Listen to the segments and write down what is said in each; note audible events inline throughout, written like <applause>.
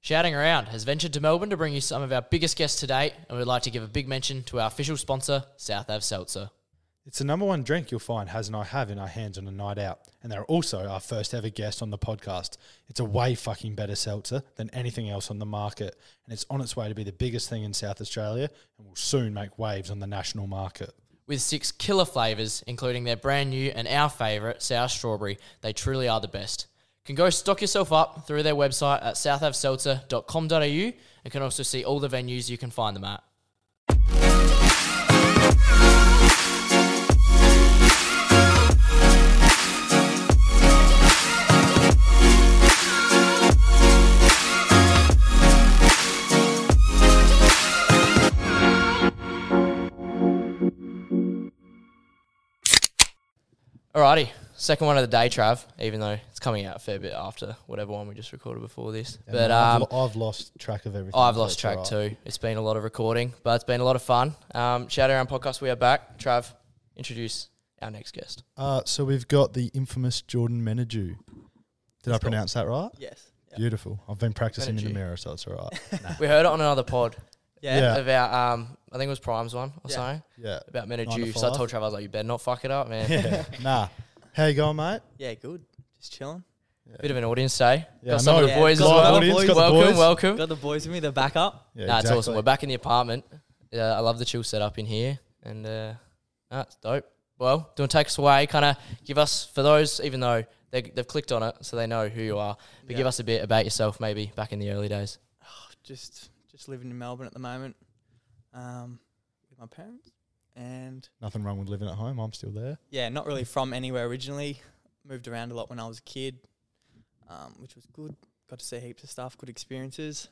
Shouting Around has ventured to Melbourne to bring you some of our biggest guests today, and we'd like to give a big mention to our official sponsor, South Ave Seltzer. It's the number one drink you'll find Haz and I have in our hands on a night out, and they're also our first ever guest on the podcast. It's a way fucking better seltzer than anything else on the market, and it's on its way to be the biggest thing in South Australia and will soon make waves on the national market. With six killer flavours, including their brand new and our favourite sour strawberry, they truly are the best. You can go stock yourself up through their website at southavseltzer.com.au and can also see all the venues you can find them at. Alrighty, second one of the day, Trav. Even though it's coming out a fair bit after whatever one we just recorded before this, And but I've, um, lo- I've lost track of everything. I've so lost it's track alright. too. It's been a lot of recording, but it's been a lot of fun. Um, shout around podcast. We are back. Trav, introduce our next guest. Uh, so we've got the infamous Jordan Menadue. Did I Let's go. pronounce that right? Yes. Yeah. Beautiful. I've been practicing in Menadue. the mirror, so it's all right. <laughs> We heard it on another pod <laughs> Yeah. about um, I think it was Prime's one or Yeah. something Yeah. <laughs> about men of Nine to Jew. So I five. told Trav I was like, you better not fuck it up, man. <laughs> yeah. Nah. How you going, mate? Yeah, good. Just chilling. Bit of an audience day. Yeah, got some of no, the yeah, boys as got well. the audience, got the welcome, boys. welcome. Got the boys with me. They're back up. Yeah, nah, it's awesome. exactly. We're back in the apartment. Uh, I love the chill setup in here, and uh, nah, it's dope. Well, do you want to take us away? Kind of give us for those, even though they, they've clicked on it, so they know who you are. But give Yeah. us a bit about yourself, maybe back in the early days. Just just living in Melbourne at the moment. Um, with my parents. And Nothing wrong with living at home. I'm still there. yeah, not really from anywhere originally. Moved around a lot when I was a kid, um, which was good. Got to see heaps of stuff, good experiences.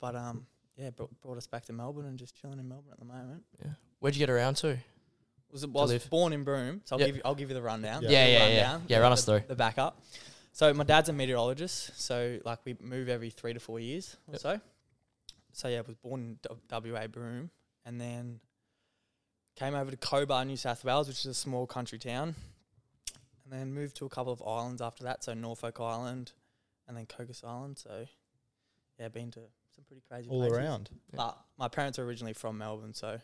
But um, yeah, brought, brought us back to Melbourne and just chilling in Melbourne at the moment. Where'd you get around to? was, was live. born in Broome, so I'll Yep. give you, I'll give you the rundown. Yeah. the Yeah, yeah, yeah. rundown, Yeah, the- run us the- through. the backup. So my dad's a meteorologist, so like we move every three to four years or Yep. so. So yeah, was born in W- WA Broome, and then came over to Cobar, New South Wales, which is a small country town, and then moved to a couple of islands after that. So Norfolk Island, and then Cocos Island. So yeah, been to some pretty crazy All places. around. Yeah. But my parents are originally from Melbourne, so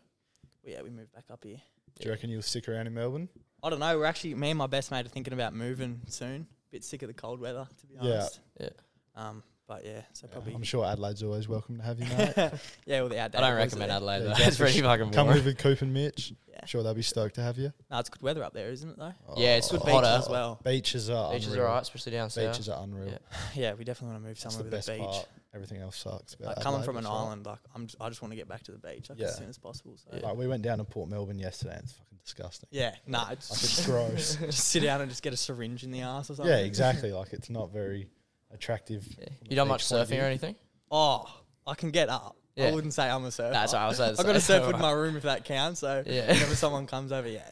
yeah, we moved back up here. Do you reckon you'll stick around in Melbourne? I don't know. We're actually me and my best mate are thinking about moving soon. Bit sick of the cold weather, to be Yeah. honest. Yeah. Um, but yeah, so Yeah, probably. I'm <laughs> sure Adelaide's always welcome to have you, mate. yeah, all the I outdated. don't boys recommend are there. Adelaide. Yeah, though. exactly. it's pretty fucking Come boring. live with Coop and Mitch. Yeah. Sure, they'll be stoked to have you. No, it's good weather up there, isn't it? Though. Yeah, it's Good Oh. beaches Hotter. as well. <laughs> Beaches are Beaches are unreal. alright, especially down south. Beaches are unreal. Yeah. Yeah, we definitely want to move That's somewhere the with best a beach. part. Everything else sucks. about Like, coming Adelaide, from an it's alright. island, like I'm, just, I just want to get back to the beach like, Yeah. as soon as possible. So. Yeah. Like we went down to Port Melbourne yesterday, and it's fucking disgusting. nah, it's <laughs> Like it's gross. just sit down and just get a syringe in the ass or something. yeah, exactly. Like it's not very attractive. Yeah. from You a done beach much point of surfing view. or anything? Oh, I can get up. Yeah. I wouldn't say I'm a surfer. Nah, sorry, I was saying. I've got a surf in my room if that counts. <laughs> So Yeah. whenever someone comes over, yeah,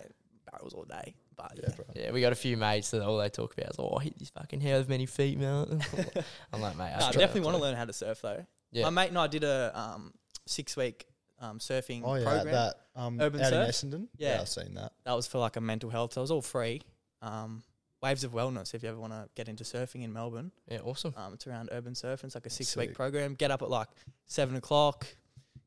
barrels all day. But yeah, Yeah, bro. Yeah, we got a few mates that all they talk about is, oh, I hit this fucking however many feet, man. <laughs> I'm like, mate, No, I definitely want to learn how to surf though. Yeah. My mate and I did a um, six week um, surfing Oh yeah, program. That. that um, Urban out surf? in Essendon. Yeah. I've seen that. was for like a mental health. So it was all free. Um, Waves of Wellness, if you ever want to get into surfing in Melbourne, Yeah, awesome. um, it's around urban surfing. It's like a six week Sick. program. Get up at like seven o'clock,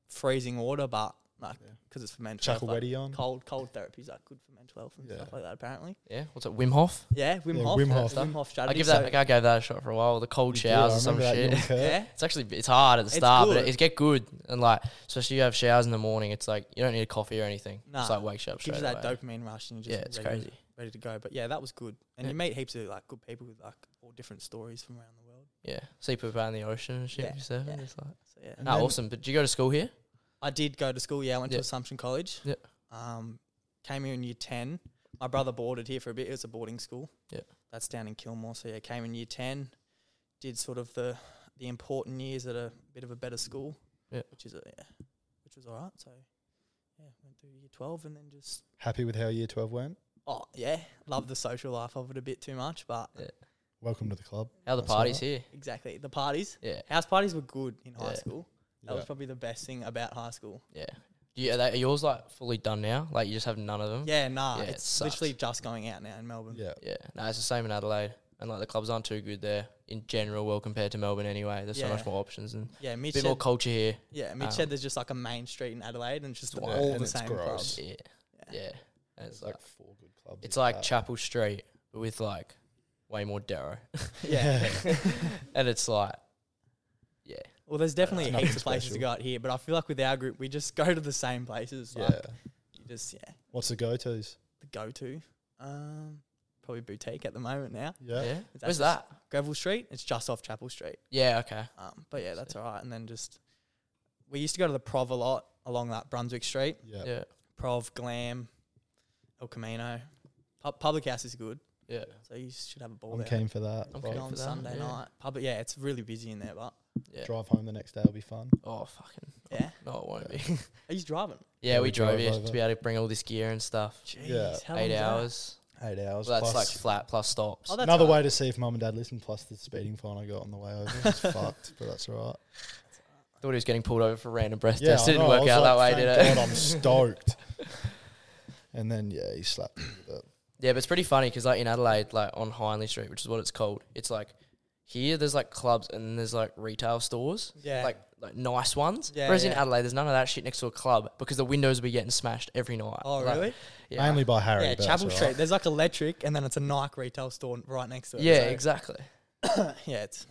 freezing water, but like Yeah. because it's for mental Chuck a health. like, weddy on. cold cold therapy is like good for mental health and Yeah. stuff like that. Apparently, Yeah, what's it, Wim Hof? yeah. Wim Yeah, Hof, Wim the Hof. Wim Hof strategy. I give that. so- I gave that a shot for a while. The cold You did, showers I or some remember shit. that you and Kurt. <laughs> yeah, It's actually it's hard at the It's start, but good. it, it get good and like especially you have showers in the morning. It's like you don't need a coffee or anything. Nah, it's like wakes you up straight gives you that away. dopamine rush and you Yeah, it's just ready to- crazy. ready to go. But yeah, that was good. And Yeah. you meet heaps of like good people with like all different stories from around the world. Yeah, see people out in the ocean and shit. Yeah, you surfing. yeah. It's like So yeah. And nah, then- awesome. But do you go to school here? I did go to school, yeah, I went Yeah. to Assumption College. Yeah. Um came here in year ten. My brother boarded here for a bit. It was a boarding school. Yeah. That's down in Kilmore. So yeah, came in year ten, did sort of the the important years at a bit of a better school. Yeah. Which is a, yeah, which was all right. So yeah, went through year twelve and then just Happy with how Year Twelve went. oh yeah, love the social life of it a bit too much, but Welcome to the club. How are the That's all parties right. here? exactly. The parties. Yeah, House parties were good in high Yeah. school. That was probably the best thing about high school. yeah. Do you, are, they, are yours like fully done now? Like you just have none of them? Yeah, nah, Yeah, it it's sucks. literally just going out now in Melbourne. yeah. yeah. No, it's the same in Adelaide. and like the clubs aren't too good there in general. Well, compared to Melbourne anyway, there's so much Yeah. more options and Yeah, a Mitch bit more said, culture here. yeah, Mitch um, said there's just like a main street in Adelaide and it's just Yeah, all and the it's same gross. clubs. Yeah, Yeah. yeah. And it's like four good clubs. it's like <laughs> Chapel Street but with like way more darrow, <laughs> Yeah. <laughs> and it's like yeah, Well, there's definitely nothing heaps of places to special. go out here, but I feel like with our group, we just <laughs> go to the same places. Like, yeah. you just, yeah, What's the go tos? the go to. Um, probably boutique at the moment now. yeah. Yeah. It's Where's actually s- that? Greville Street. It's just off Chapel Street. Yeah, okay. Um, but yeah, that's Sick. all right. And then just, we used to go to the Prov a lot along that Brunswick Street. Yeah. Yeah, Prov, Glam, El Camino. Pub- public house is good. yeah, So you should have a ball I'm there. keen for that. I'm Like, keen Go for on that, Sunday yeah. night. Public, yeah, it's really busy in there, but yeah. Drive home the next day will be fun. Oh fucking yeah. no, it won't be. <laughs> Are you driving? yeah, Yeah, we, we drove drove here over. to be able to bring all this gear and stuff. Jeez, Yeah. how long Eight is that? hours. Eight hours. Well, that's plus like flat plus stops. Oh, that's Another all right. way to see if mum and dad listen, plus the speeding fine I got on the way over. <laughs> It's fucked, but that's all right. Thought he was getting pulled over for random breath Yeah, test. I It didn't know, I work was out that way, like, did "Thank it? God, I'm stoked. And then yeah, he slapped me with it. <laughs> Yeah, but it's pretty funny because like in Adelaide, like on Hindley Street, which is what it's called, it's like here there's like clubs and then there's like retail stores, Yeah. like like nice ones. Yeah, Whereas in yeah. Adelaide, there's none of that shit next to a club because the windows be getting smashed every night. oh, Like, really? Yeah. Mainly by Harry. yeah, but that's Chapel all right. Street. There's like electric, and then it's a Nike retail store right next to it. yeah, so- <laughs> exactly. yeah, it's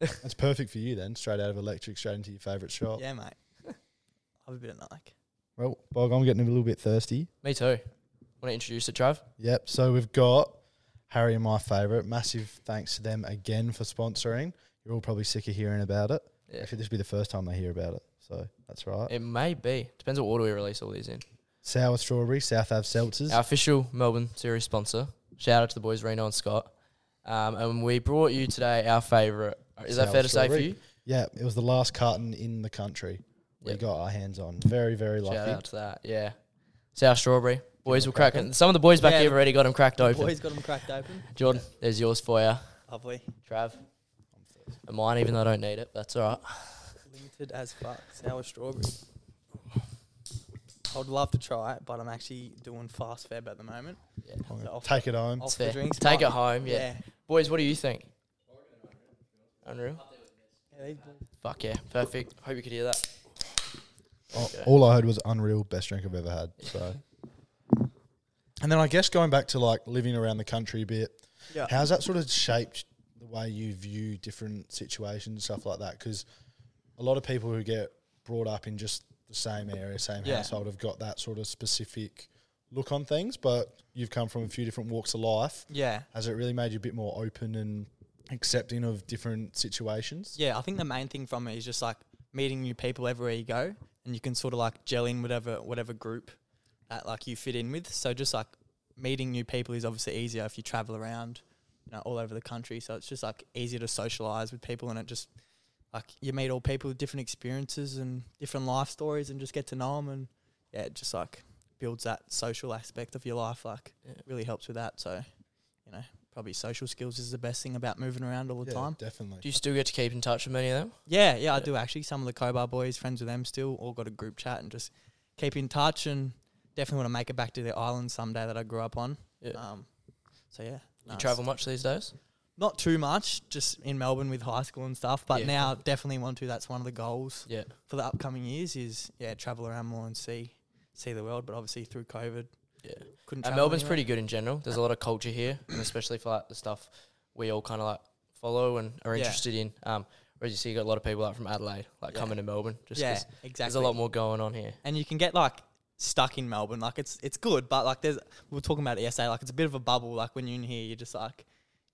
That's perfect for you then. Straight out of electric, straight into your favourite shop. yeah, mate. Have a bit of Nike. Well, Bog, I'm getting a little bit thirsty. Me too. Want to introduce it, Trav? Yep. So we've got Harry and my favourite. Massive thanks to them again for sponsoring. You're all probably sick of hearing about it. Yeah. Actually, this will be the first time they hear about it. So that's right. It may be. Depends what order we release all these in. Sour strawberry, South Ave seltzers. Our official Melbourne series sponsor. Shout out to the boys Reno and Scott. Um, and we brought you today our favourite. Is that Sour fair to say for strawberry. you? yeah, it was the last carton in the country we Yep. got our hands on. Very, very Shout lucky. out to that. Yeah. South Strawberry. Boys will crack crack 'em? it. Some of the boys back Yeah, here the- already got them cracked open. Boys got them cracked open. Jordan, there's yours for you. Lovely. Trav. And mine, even though I don't need it. That's all right. Limited as fuck. Sour strawberry. I would love to try it, but I'm actually doing fast feb at the moment. Yeah. I'm gonna So off- Take it home. Off It's the fair. drinks. Take but- it home. Yeah. yeah. Boys, what do you think? Unreal. Yeah, these boys- Fuck yeah. Perfect. Hope you could hear that. Oh, Okay. All I heard was unreal, best drink I've ever had. <laughs> So, and then I guess going back to like living around the country a bit, Yeah. how's that sort of shaped the way you view different situations, stuff like that? Because a lot of people who get brought up in just the same area, same Yeah. household, have got that sort of specific look on things. But you've come from a few different walks of life. yeah. Has it really made you a bit more open and accepting of different situations? Yeah, I think the main thing from it is just like meeting new people everywhere you go, and you can sort of like gel in whatever whatever group that like you fit in with. So just like meeting new people is obviously easier if you travel around, you know, all over the country. So it's just like easier to socialize with people, and it just like you meet all people with different experiences and different life stories, and just get to know them, and yeah, it just like builds that social aspect of your life. Like Yeah. really helps with that. So you know, probably social skills is the best thing about moving around all the Yeah, time. definitely. Do you still get to keep in touch with many of them? Yeah, yeah, I Yeah. do actually. Some of the Cobar boys, friends with them still, all got a group chat and just keep in touch and definitely want to make it back to the island someday that I grew up on. Yeah. Um, so yeah. You no, travel it's much these days? Not too much, just in Melbourne with high school and stuff, but Yeah. now definitely want to. That's one of the goals Yeah. for the upcoming years is, yeah, travel around more and see see the world, but obviously through COVID, Yeah. couldn't And travel. Melbourne's anywhere. pretty good in general. There's a lot of culture here, and especially for like the stuff we all kind of like follow and are Yeah. interested in. Um, whereas you see, you got a lot of people out from Adelaide like Yeah. coming to Melbourne just Yeah, 'cause exactly. there's a lot more going on here. and you can get like stuck in Melbourne. Like it's it's good, but like there's we were talking about it yesterday. Like it's a bit of a bubble. Like when you're in here, you're just like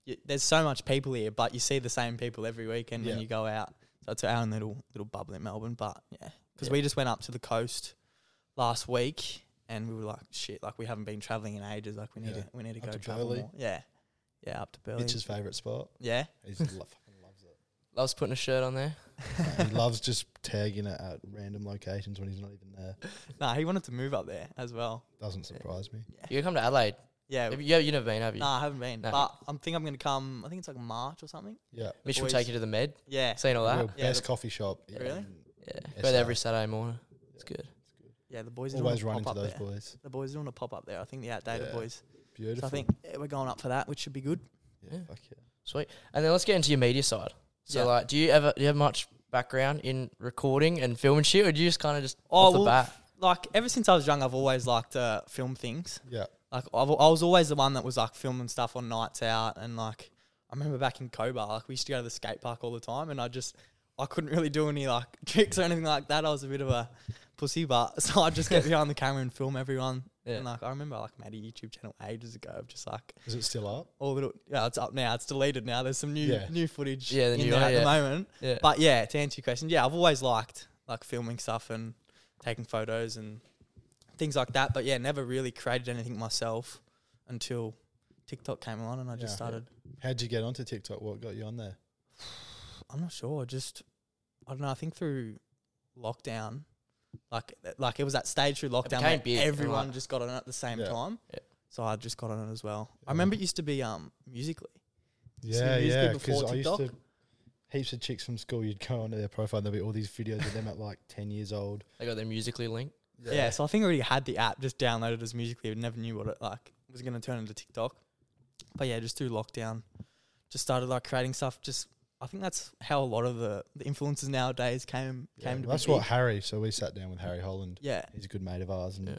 you, there's so much people here, but you see the same people every weekend Yeah. when you go out. So it's our own little little bubble in Melbourne. But yeah, because Yeah. we just went up to the coast last week, and we were like, shit, like we haven't been traveling in ages. Like we need Yeah. to we need to Up go to travel Burleigh. more. Yeah, yeah, up to Burley. Mitch's favourite spot. yeah, He just lo- fucking loves it. Loves putting a shirt on there. he loves just tagging it at random locations when he's not even there. nah, he wanted to move up there as well. Doesn't surprise me. You come to Adelaide? Yeah. Have you, yeah, you never been, have you? Nah, I haven't been, No. but I'm think I'm gonna come. I think it's like March or something. Yeah. Mitch will Boys. take you to the med. Yeah, Seen all that? Real Yeah, best the- coffee shop. Yeah. Really? in- Yeah. Yeah, Go there every so- Saturday morning. It's good. yeah. The boys are Always doing a run into pop-up those there. boys. The boys are doing a pop up there. I think the outdated Yeah. boys. So Beautiful. I think yeah, we're going up for that, which should be good. Yeah. Fuck yeah. Sweet. And then let's get into your media side. So Yeah. like, do you ever do you have much background in recording and film and shit, or do you just kind of just Oh, off the well, bat? Like ever since I was young, I've always liked to film things. Yeah. Like I've, I was always the one that was like filming stuff on nights out, and like I remember back in Cobar, like we used to go to the skate park all the time, and I just I couldn't really do any like <laughs> tricks or anything like that. I was a bit of a pussy, but <laughs> so <laughs> I just get behind the camera and film everyone. Yeah. And like I remember, I, like made a YouTube channel ages ago of just like Is it still up? all little. Yeah, it's up now. It's deleted now. There's some new Yeah. new footage. Yeah, the in new there one, at yeah. the moment. Yeah. But yeah, to answer your question, yeah, I've always liked like filming stuff and taking photos and things like that. But yeah, never really created anything myself until TikTok came along and I just Yeah. started. How'd you get onto TikTok? What got you on there? I'm not sure. Just I don't know. I think through lockdown, like like it was that stage through lockdown became where big, and, everyone like- just got on it at the same Yeah. time. Yeah. So I just got on it as well. Yeah. I remember it used to be um musically. So Yeah, music yeah. before Because I used to TikTok? heaps of chicks from school. You'd go onto their profile. and There'd be all these videos of them at like ten years old. They got their musically linked. Yeah. so I think I already had the app, just downloaded as musically, but never knew what it like was gonna turn into TikTok. But yeah, just through lockdown, just started like creating stuff. Just I think that's how a lot of the, the influencers nowadays came Yeah, came to that's be what big. Harry. So we sat down with Harry Holland. Yeah, He's a good mate of ours, and Yeah.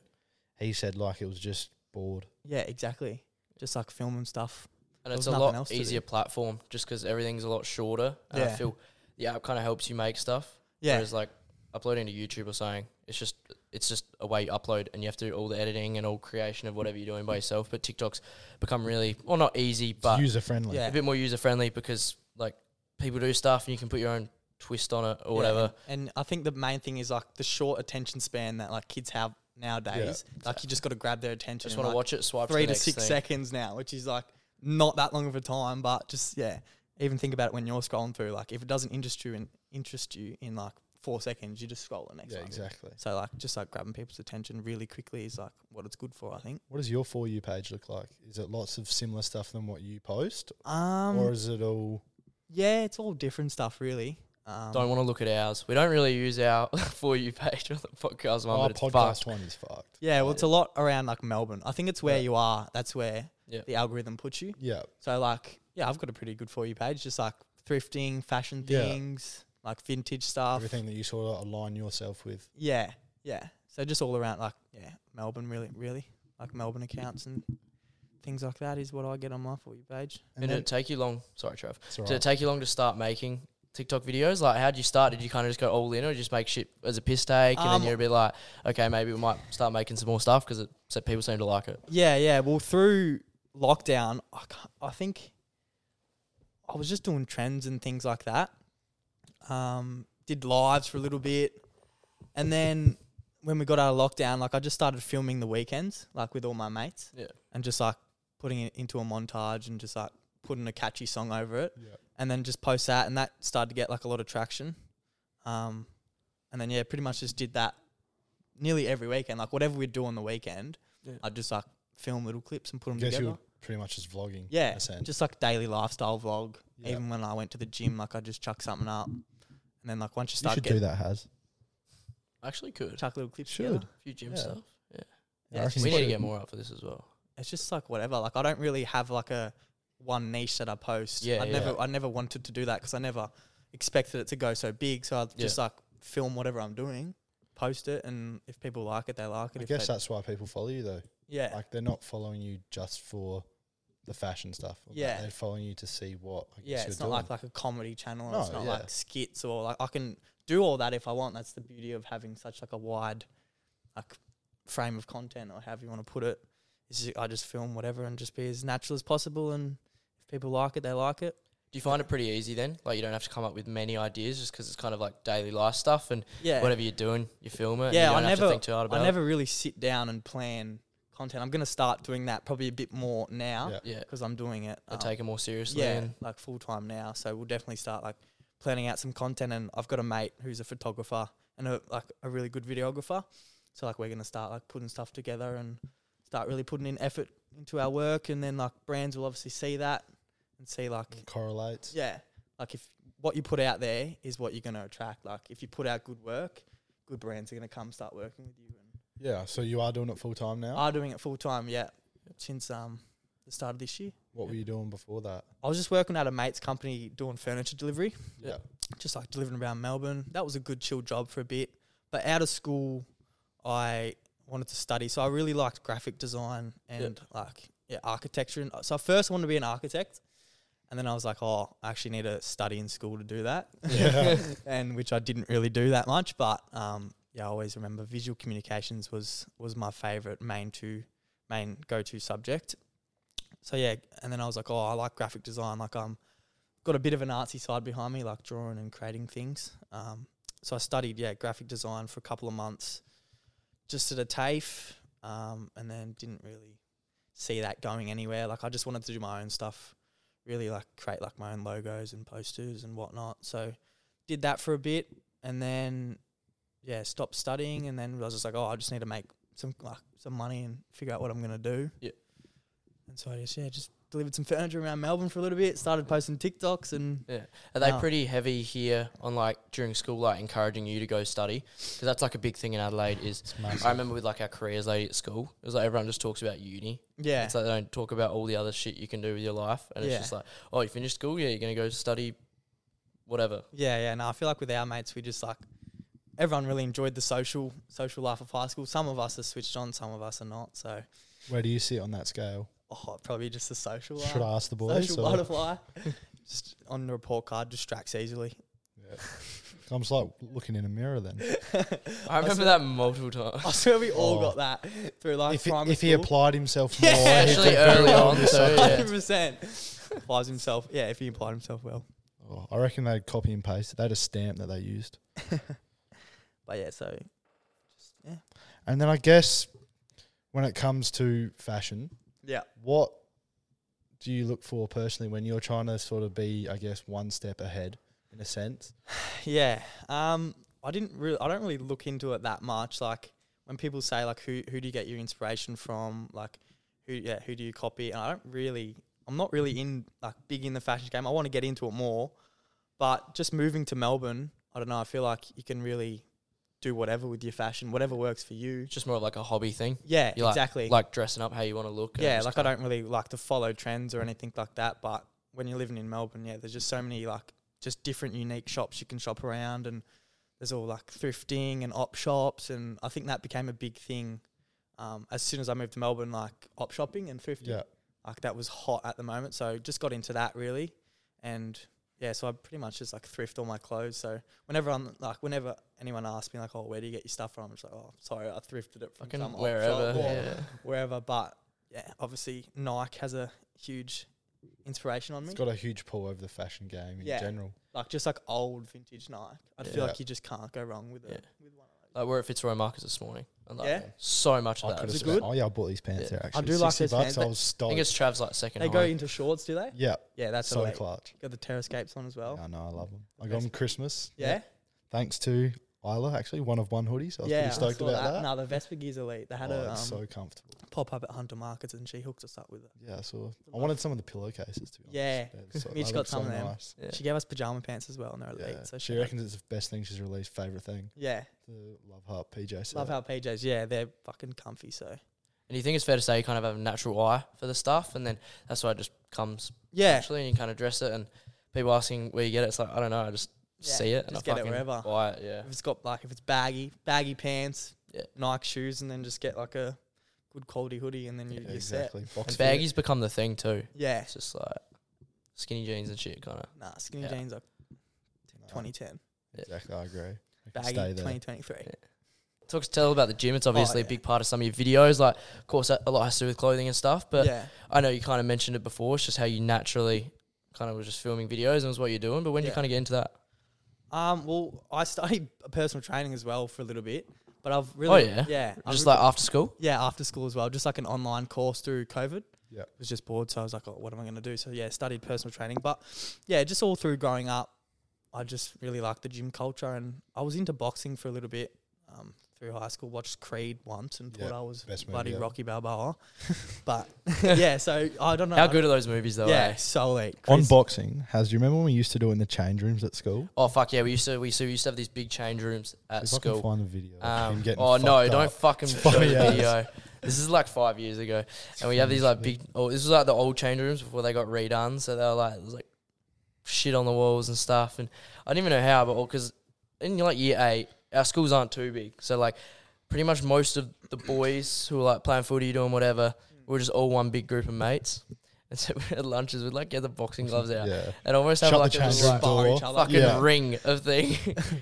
he said like it was just bored. yeah, exactly. Just like filming stuff. And There it's was a nothing lot else to do. easier platform just because everything's a lot shorter. And I Yeah. feel the app kind of helps you make stuff. Yeah, Whereas like uploading to YouTube or something, it's just it's just a way you upload and you have to do all the editing and all creation of whatever you're doing by yourself. But TikTok's become really well not easy, but It's user friendly. Yeah. a bit more user friendly because like people do stuff and you can put your own twist on it or Yeah, whatever. And, and I think the main thing is like the short attention span that like kids have nowadays. Like you just got to grab their attention. Just in, want to like, watch it, swipe three to, the to next six thing. seconds now, which is like not that long of a time, but just yeah. Even think about it when you're scrolling through, like if it doesn't interest you in interest you in like four seconds, you just scroll the next Yeah, one. exactly. So like just like grabbing people's attention really quickly is like what it's good for, I think. What does your for you page look like? Is it lots of similar stuff than what you post, Um or is it all? yeah, it's all different stuff really. Um, Don't want to look at ours. We don't really use our <laughs> for you page on the podcast one, but Our it's podcast fucked. one is fucked. yeah, well, it's a lot around like Melbourne. I think it's where Yeah. you are. That's where Yeah. the algorithm puts you. Yeah, So like, yeah, I've got a pretty good for you page, just like thrifting, fashion Yeah. things, like vintage stuff. everything that you sort of align yourself with. Yeah, yeah. So just all around, like, yeah, Melbourne, really, really, like Melbourne accounts and things like that is what I get on my for you page. And Did then- it take you long? Sorry, Trev. it's all Did it right. take you long to start making TikTok videos? Like, how would you start? Did you kind of just go all in, or just make shit as a piss take, and Um, then you'd be like, okay, maybe we might start making some more stuff because so people seem to like it. Yeah, yeah. Well, through lockdown, I, can't, I think I was just doing trends and things like that. Um, did lives for a little bit, and then when we got out of lockdown, like I just started filming the weekends, like with all my mates, Yeah. and just like putting it into a montage and just like putting a catchy song over it. Yeah. and then just post that, and that started to get like a lot of traction. Um, and then yeah, pretty much just did that nearly every weekend. Like whatever we'd do on the weekend, Yeah. I'd just like film little clips and put them guess together. you were pretty much just vlogging. Yeah, in a sense. just like daily lifestyle vlog. Yeah. Even when I went to the gym, like I just chuck something up, and then like once you you start should do getting that, Has. Actually, could chuck little clips, Should. together, a few gym Yeah. stuff. Yeah, I reckon We you need to should. get more up for this as well. it's just like whatever. Like I don't really have like a one niche that I post. Yeah, I yeah. never I never wanted to do that because I never expected it to go so big. So I just like film whatever I'm doing, post it, and if people like it, they like it. I if guess they, that's why people follow you though. yeah, Like they're not following you just for the fashion stuff. or that. Yeah. they're following you to see what. I guess yeah. you're It's not doing. like like a comedy channel. and it's No, not yeah. like skits or like I can do all that if I want. That's the beauty of having such like a wide like frame of content or however you want to put it. Is ju- I just film whatever and just be as natural as possible, and if people like it, they like it. Do you find it pretty easy then? Like, you don't have to come up with many ideas just because it's kind of like daily life stuff and Yeah. whatever you're doing, you film it. Yeah, and you I don't have to never- think too hard about I never really sit down and plan content. I'm going to start doing that probably a bit more now Yeah. it. Yeah, because I'm doing it. I um, take it more seriously. yeah, and like full time now. So we'll definitely start like planning out some content. And I've got a mate who's a photographer and a, like a really good videographer. So like we're going to start like putting stuff together and start really putting in effort into our work. And then like brands will obviously see that and see like It correlates. yeah. Like if what you put out there is what you're going to attract. Like if you put out good work, good brands are going to come start working with you. And Yeah. So you are doing it full time now. are doing it full time. Yeah, since um the start of this year. What were you doing before that? I was just working at a mate's company doing furniture delivery, Yeah. just like delivering around Melbourne. That was a good chill job for a bit. But out of school, I wanted to study. So I really liked graphic design and like yeah, architecture. And so at first I wanted to be an architect. And then I was like, oh, I actually need to study in school to do that. Yeah. <laughs> and which I didn't really do that much, but um, yeah, I always remember visual communications was was my favorite main two main go to subject. So yeah, and then I was like, oh, I like graphic design. Like I'm got a bit of an artsy side behind me, like drawing and creating things. Um, so I studied yeah graphic design for a couple of months, just at a TAFE, um, and then didn't really see that going anywhere. Like I just wanted to do my own stuff, really like create like my own logos and posters and whatnot. So did that for a bit and then yeah stopped studying and then I was just like oh I just need to make some like some money and figure out what I'm gonna do Yeah. and so I just yeah just delivered some furniture around Melbourne for a little bit started posting TikToks and Yeah. Are they No. pretty heavy here on like during school, like encouraging you to go study? Because that's like a big thing in Adelaide. Is I remember with like our careers lady at school, it was like everyone just talks about uni. yeah It's like they don't talk about all the other shit you can do with your life, and Yeah. it's just like, oh, you finished school, yeah, you're gonna go study, whatever. Yeah, yeah. No, I feel like with our mates, we just like everyone really enjoyed the social social life of high school. Some of us are switched on, some of us are not. So, Where do you sit on that scale? oh, probably just the social life. Should I ask the boys? social or- butterfly. <laughs> <laughs> just on the report card distracts easily. <laughs> I'm just like looking in a mirror then. I remember that multiple times. I swear we all Oh. got that through like if he, primary if he <laughs> school. applied himself more, Yeah. he'd Especially do early very well on, in this so <laughs> subject. yeah. 100% applies himself. Yeah, if he applied himself well. Oh, I reckon they'd copy and paste. it. They had a stamp that they used. But yeah, so And then I guess when it comes to fashion, yeah. what do you look for personally when you're trying to sort of be, I guess, one step ahead in a sense? Yeah. Um, I didn't really. I don't really look into it that much. Like when people say like, who who do you get your inspiration from? Like, who yeah, who do you copy? And I don't really. I'm not really in like big in the fashion game. I want to get into it more, but just moving to Melbourne, I don't know. I feel like you can really do whatever with your fashion, whatever works for you. It's <laughs> just more of like a hobby thing. Yeah, You like- exactly. Like dressing up how you want to look. and yeah, just like I don't really like to follow trends or anything like that. But when you're living in Melbourne, yeah, there's just so many like just different unique shops you can shop around, and there's all like thrifting and op shops, and I think that became a big thing. Um, as soon as I moved to Melbourne, like op shopping and thrifting, Yeah. like that was hot at the moment. So just got into that really, and yeah, so I pretty much just like thrift all my clothes. So whenever I'm like, whenever anyone asks me like, oh, where do you get your stuff from? I'm just like, oh, sorry, I thrifted it from Fucking some op shop wherever. or- Yeah. wherever. But yeah, obviously Nike has a huge inspiration on me. It's got a huge pull over the fashion game in Yeah. general. like just like old vintage Nike, I Yeah. feel like you just can't go wrong with it. Yeah. With one of Like we're at Fitzroy Markets this morning. And like, Yeah. So much of I that. could have Is it spent. good? Oh yeah, I bought these pants Yeah. there actually. do like 60 those bucks, pants. I They- I was think stoked. it's Trav's like second. they high. go into shorts, do they? Yeah, Yeah, that's so elite. clutch. Got the terrascapes on as well. Yeah, I know, I love them. I The got best. them Christmas. Yeah, Thanks to Isla, actually, one of one hoodies. I was yeah. pretty stoked I saw about that. No, the Vespa gear's elite. They had oh, a um, it's so comfortable. pop up at Hunter Markets, and she hooked us up with it. Yeah, I saw. I wanted some of the pillowcases to be honest. Yeah. <laughs> They're so- Mitch they got look some of them. Nice. Yeah. She gave us pajama pants as well, and they're elite. Yeah. So she shout out- reckons it's the best thing she's released. Favorite thing. Yeah, The Love Heart PJ. Set. love how PJs. Yeah, they're fucking comfy. So And you think it's fair to say you kind of have a natural eye for the stuff, and then that's why it just comes yeah, naturally, and you kind of dress it. And people asking where you get it, it's like I don't know, I just Yeah, see it and just I get it fucking wherever. buy it. Yeah, if it's got like if it's baggy, baggy pants, Yeah. Nike shoes, and then just get like a good quality hoodie, and then you, Yeah, you're set. exactly. Box and fit. baggies become the thing too. Yeah, It's just like skinny jeans and shit, kind of. nah, skinny Yeah. jeans are No, 2010, Exactly, I agree. I can baggy stay there. 2023. Yeah. Talk to tell about the gym. It's obviously a Oh, yeah. big part of some of your videos. Like, of course, a a lot has to do with clothing and stuff. But yeah, I know you kind of mentioned it before. It's just how you naturally kind of was just filming videos and was what you're doing. But when do you Yeah. kind of get into that? um, well, I studied <laughs> personal training as well for a little bit, but I've Oh really, yeah, yeah, I've Just re- like after school. yeah, after school as well, just like an online course through COVID. Yeah. I was just bored, so I was like, oh, what am I going to do? So yeah, studied personal training, but yeah, just all through growing up, I just really liked the gym culture, and I was into boxing for a little bit um, through high school. Watched Creed once and Yeah, thought I was best movie bloody ever. <laughs> Rocky Balboa, but <laughs> <laughs> yeah, so I don't know How good are those movies though? yeah, eh? so late. On Chris- boxing, has do you remember when we used to do it in the change rooms at school? Oh fuck yeah, we used to we used to, we used to have these big change rooms at if I can school. find the video. of him Um, getting oh no, fucked don't up. <laughs> fucking It's show the funny as. video. This is like five years ago, and we have these like big. Oh, this was like the old change rooms before they got redone. So they were like, it was like shit on the walls and stuff. And I didn't even know how, but because in like year eight, our schools aren't too big, so like pretty much most of the boys who were like playing footy, doing whatever, we were just all one big group of mates. <laughs> And so at lunches, we'd like get the boxing gloves out Yeah. and almost have Shut like a the change little room spar door. each other. fucking Yeah. ring of thing. <laughs>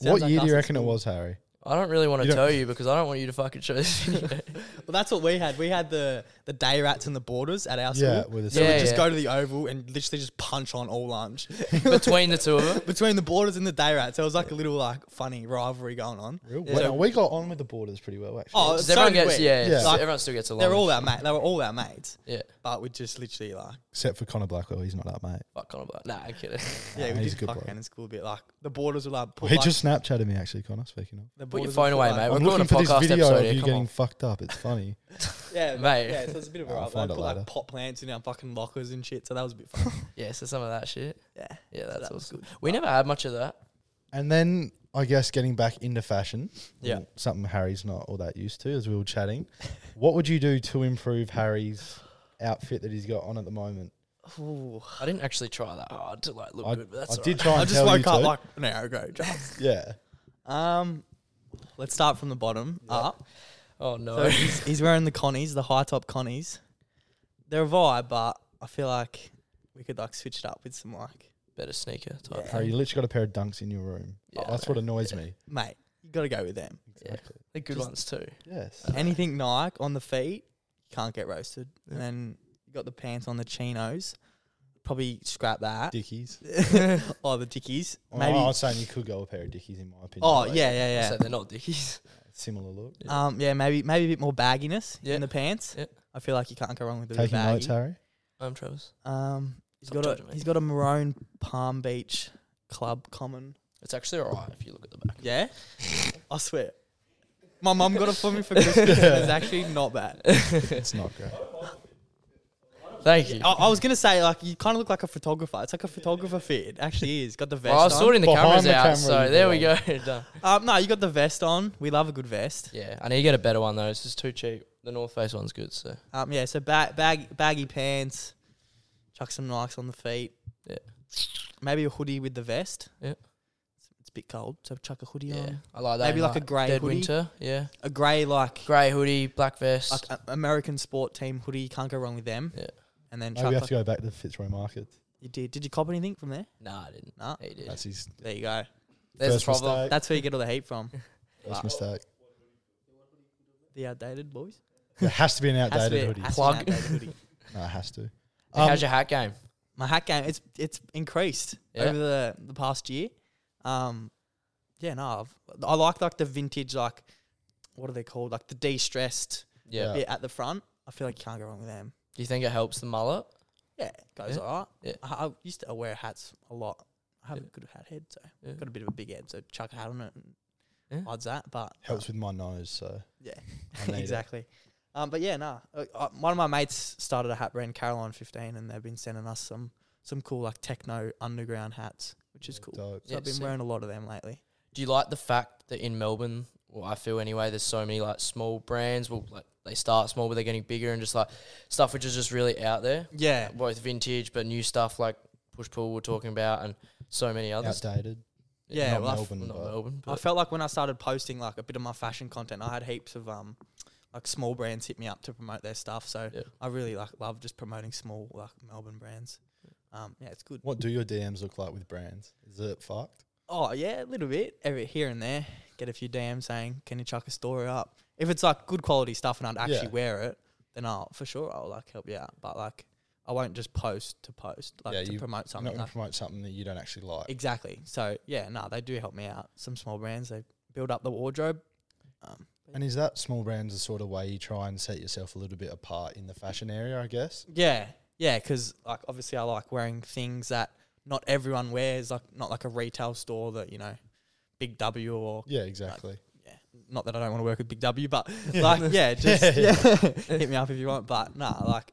What like year do us you at reckon it school. was, Harry? I don't really want You to don't- tell you because I don't want you to fucking show this video. Well, that's what we had. We had the the day rats and the borders at our school. Yeah, with a So Yeah, we just yeah. go to the oval and literally just punch on all lunch <laughs> between the two of <laughs> them. between the borders and the day rats. There was like a little like funny rivalry going on. Real Yeah. well. So- we got on with the borders pretty well, actually. Oh, Does so everyone did gets we. yeah, Yeah. so Like, everyone still gets along. They're all our mate. They were all our mates, yeah. but we just literally like Except for Connor Blackwell, he's not that mate. Fuck Connor Black. Nah, I'm <laughs> kidding. yeah, he's a we did good fuck bloke. around in school a bit. Like the borders were like put He like, just Snapchatted me actually, Connor. Speaking of, the Put your borders phone were away, like- mate. I'm we're doing looking a for this podcast video episode of here, you come getting on. fucked up. <laughs> It's funny. Yeah, Mate. Yeah, so it's a bit of a I'll rival. find They it put like later. pot plants in our fucking lockers and shit. So that was a <laughs> bit fun. <laughs> Yeah, so some of that shit. yeah, Yeah, so that's that was awesome. good. We never had much of that. And then I guess getting back into fashion, Yeah. something Harry's not all that used to. As we were chatting, what would you do to improve Harry's outfit that he's got on at the moment? Ooh. I didn't actually try that hard to like look I, good, but that's I all did right. try. And I just tell you woke up to. like an hour ago. Just. yeah. Um, let's start from the bottom <laughs> up. Oh no. So he's, he's wearing the Connies, the high top Connies. They're a vibe, but I feel like we could like switch it up with some like, <laughs> Better sneaker type. Yeah. Harry, you literally got a pair of dunks in your room. Yeah, That's I what annoys me. mate, you gotta go with them. Exactly. They're good Just- ones too. Yes. Anything Nike on the feet, you can't get roasted. And then you got the pants on the chinos. Probably <laughs> scrap that. Dickies. oh, the dickies. Oh, Maybe. I Oh, was saying you could go a pair of Dickies in my opinion. Like, yeah, yeah, yeah. So they're not dickies. <laughs> Similar look. Um, yeah, maybe maybe a bit more bagginess Yeah. in the pants. Yeah. I feel like you can't go wrong with a bit of Taking baggy. notes, <laughs> Harry. I'm Travis. Um, he's Stop got a judging me. he's got a maroon Palm Beach club common. It's actually alright if you look at the back. Yeah, I swear. My mum got it for me for Christmas. and It's actually not bad. It's not great. Thank you. I, I was gonna say like you kind of look like a photographer. It's like a photographer fit. It actually is. Got the vest Well, I was on. sorting the Behind cameras the out, camera so you there we go. <laughs> <laughs> Done. Um, no, you got the vest on. We love a good vest. Yeah, I need to get a better one though. It's just too cheap. The North Face one's good, so Um, yeah. So bag, bag baggy pants. Chuck some Nikes on the feet. Yeah. Maybe a hoodie with the vest. Yeah. It's, it's a bit cold, so chuck a hoodie yeah, on. I like that. Maybe in, like a grey dead hoodie. winter. Yeah, A grey like grey hoodie, black vest. like a- American sport team hoodie. You can't go wrong with them. Yeah. And then Maybe we chuck have to go back to the Fitzroy Market. you did. Did you cop anything from there? Nah, I didn't. Nah. He did. That's his There you go. There's first a problem. mistake. That's where you get all the hate from. uh, First <laughs> mistake. The outdated boys. There has to be an Has to be- outdated hoodie. has to be an Plug. outdated hoodie. No, it has to. Hey, Um, how's your hat game? My hat game. It's it's increased Yeah. over the the past year. Um, yeah. No, I've, I like like the vintage like what are they called? Like the de-stressed Yeah. Yeah. bit at the front. I feel like you can't go wrong with them. Do you think it helps the mullet? Yeah, it goes Yeah. alright. Yeah. I, I used to wear hats a lot. I have Yeah. a good hat head, so Yeah. got a bit of a big head, so chuck a hat on it and Yeah. odds that. But uh, Helps with my nose, so Yeah. <laughs> I need it. exactly. Um, but yeah, nah. Uh, uh, one of my mates started a hat brand, Caroline Fifteen, and they've been sending us some some cool like techno underground hats, which is Yeah, cool. So dope. Yeah, I've been sick. wearing a lot of them lately. Do you like the fact that in Melbourne, well, I feel anyway, there's so many like small brands. Well, like they start small, but they're getting bigger and just like stuff which is just really out there, Yeah, both vintage but new stuff like push pull we're talking about, and so many others. Outdated. yeah. Not well, I f- Melbourne, Not but- Melbourne, I but felt like when I started posting like a bit of my fashion content, I had heaps of um like small brands hit me up to promote their stuff. So Yeah. I really like love just promoting small like Melbourne brands. Um, yeah, it's good. What do your DMs look like with brands? Is it fucked? Oh yeah, a little bit every here and there. Get a few DMs saying, "Can you chuck a story up?" If it's like good quality stuff and I'd Yeah. actually wear it, then I'll for sure I'll like help you out. But like, I won't just post to post like Yeah, to you- I'm promote not something. going to Like, promote something that you don't actually like. exactly. So yeah, no, they do help me out. Some small brands they build up the wardrobe. Um, And is that small brands the sort of way you try and set yourself a little bit apart in the fashion area, I guess? yeah, yeah, because like obviously I like wearing things that not everyone wears. Like not like a retail store that you know, Big W or Yeah, exactly. not that I don't want to work with Big W, but <laughs> like, yeah, just yeah, hit me up if you want. But nah, like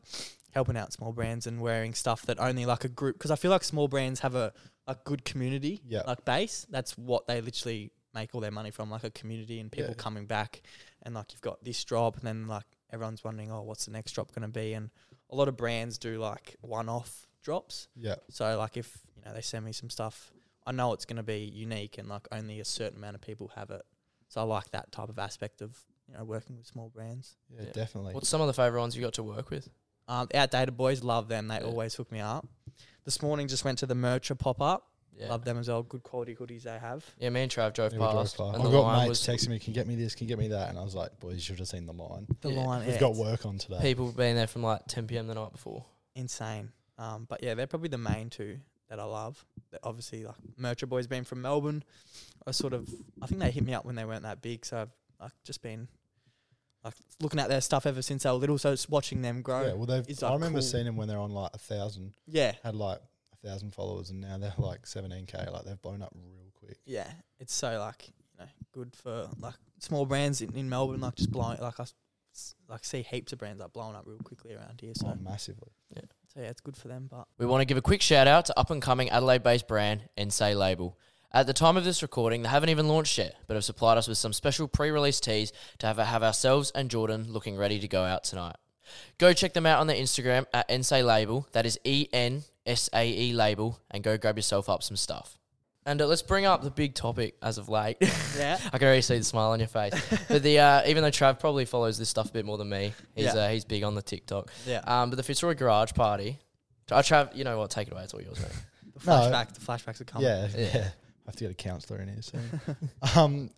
helping out small brands and wearing stuff that only like a group because I feel like small brands have a a good community Yeah. like base. That's what they literally make all their money from, like a community and people Yeah. coming back. And like you've got this job, and then like everyone's wondering, oh, what's the next drop going to be? And a lot of brands do like one-off drops. Yeah. So like if you know they send me some stuff, I know it's going to be unique and like only a certain amount of people have it. So I like that type of aspect of you know working with small brands. Yeah, Yeah. definitely. What's some of the favorite ones you got to work with? Um, outdated boys love them. They Yeah. always hook me up. This morning just went to the Mercher pop up. Yeah. Love them as well. Good quality hoodies they have. Yeah, me and Trav drove Yeah, we drove past. far. And I've the got line mates was texting me, can you get me this, can you get me that, and I was like, boys, you should have seen the line. The Yeah. line, We've yeah, got it's work on today. people being there from like 10 p.m. the night before. insane. Um, but yeah, they're probably the main two that I love. That obviously, like Mercher boys being from Melbourne, I sort of I think they hit me up when they weren't that big, so I've like just been like looking at their stuff ever since they were little. So it's watching them grow. Yeah, well, they've. It's, I like, remember cool. seeing them when they're on like a thousand, yeah, had like a thousand followers, and now they're like seventeen k. Like they've blown up real quick. yeah, it's so like you know good for like small brands in, in Melbourne, like just blowing like I s- like see heaps of brands like blowing up real quickly around here. So, Oh, massively. so yeah, it's good for them. But <laughs> We want to give a quick shout out to up and coming Adelaide based brand Ensay Label. At the time of this recording, they haven't even launched yet, but have supplied us with some special pre release teas to have, have ourselves and Jordan looking ready to go out tonight. Go check them out on their Instagram at Ensay Label, that is E N S A E Label, and go grab yourself up some stuff. And uh, let's bring up the big topic as of late. <laughs> yeah, I can already see the smile on your face. but the uh, even though Trav probably follows this stuff a bit more than me, he's Yeah. uh, he's big on the TikTok. <laughs> yeah, uh, Um, but the Fitzroy Garage Party. I Trav, you know what? Take it away. It's all yours, mate. the no. flashback, the flashbacks are coming. Yeah, yeah, Yeah. I have to get a counsellor in <laughs> here soon. um,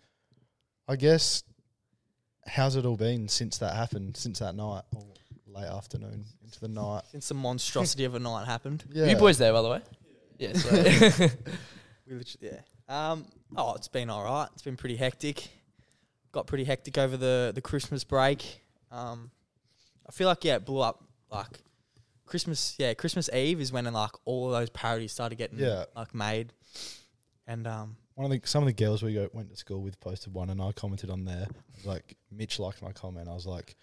I guess. How's it all been since that happened? Since that night, or late afternoon into the night? Since the monstrosity of a night happened. Yeah. You boys there, by the way? Yeah. so- <laughs> We literally, yeah. Um, oh, it's been all right. It's been pretty hectic. Got pretty hectic over the, the Christmas break. Um, I feel like yeah, it blew up like Christmas. Yeah, Christmas Eve is when like all of those parodies started getting Yeah. like made, and um, One of the some of the girls we go, went to school with posted one, and I commented on there. I was like Mitch liked my comment. I was like,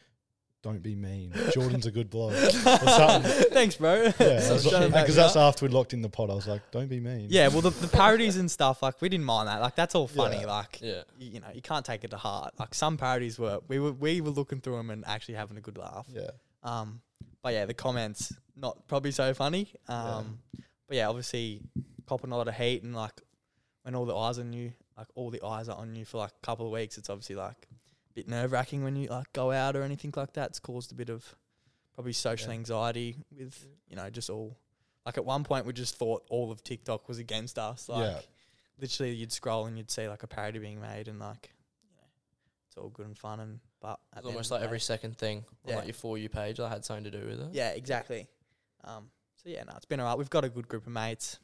"Don't be <laughs> mean. Jordan's a good bloke." Or something. thanks, bro. Yeah, because Shut it back that's up. after we locked in the pod. I was like, "Don't be mean." yeah. Well, the, the parodies and stuff like we didn't mind that. Like that's all funny. Yeah. Like yeah. you, you know, you can't take it to heart. Like some parodies were we were we were looking through them and actually having a good laugh. yeah. Um, but yeah, the comments not probably so funny. Yeah. Um, but yeah, obviously copping a lot of heat and like when all the eyes on you, like all the eyes are on you for like a couple of weeks, it's obviously like a bit nerve wracking when you like go out or anything like that. It's caused a bit of probably social Yeah. anxiety with you know just all like at one point we just thought all of TikTok was against us. Like <laughs> Yeah. literally, you'd scroll and you'd see like a parody being made and like you know it's all good and fun and but at It's the end almost of the like day- every second thing on Yeah. like your for you page. I had something to do with it. yeah, exactly. Um, so yeah, no, it's been alright. We've got a good group of mates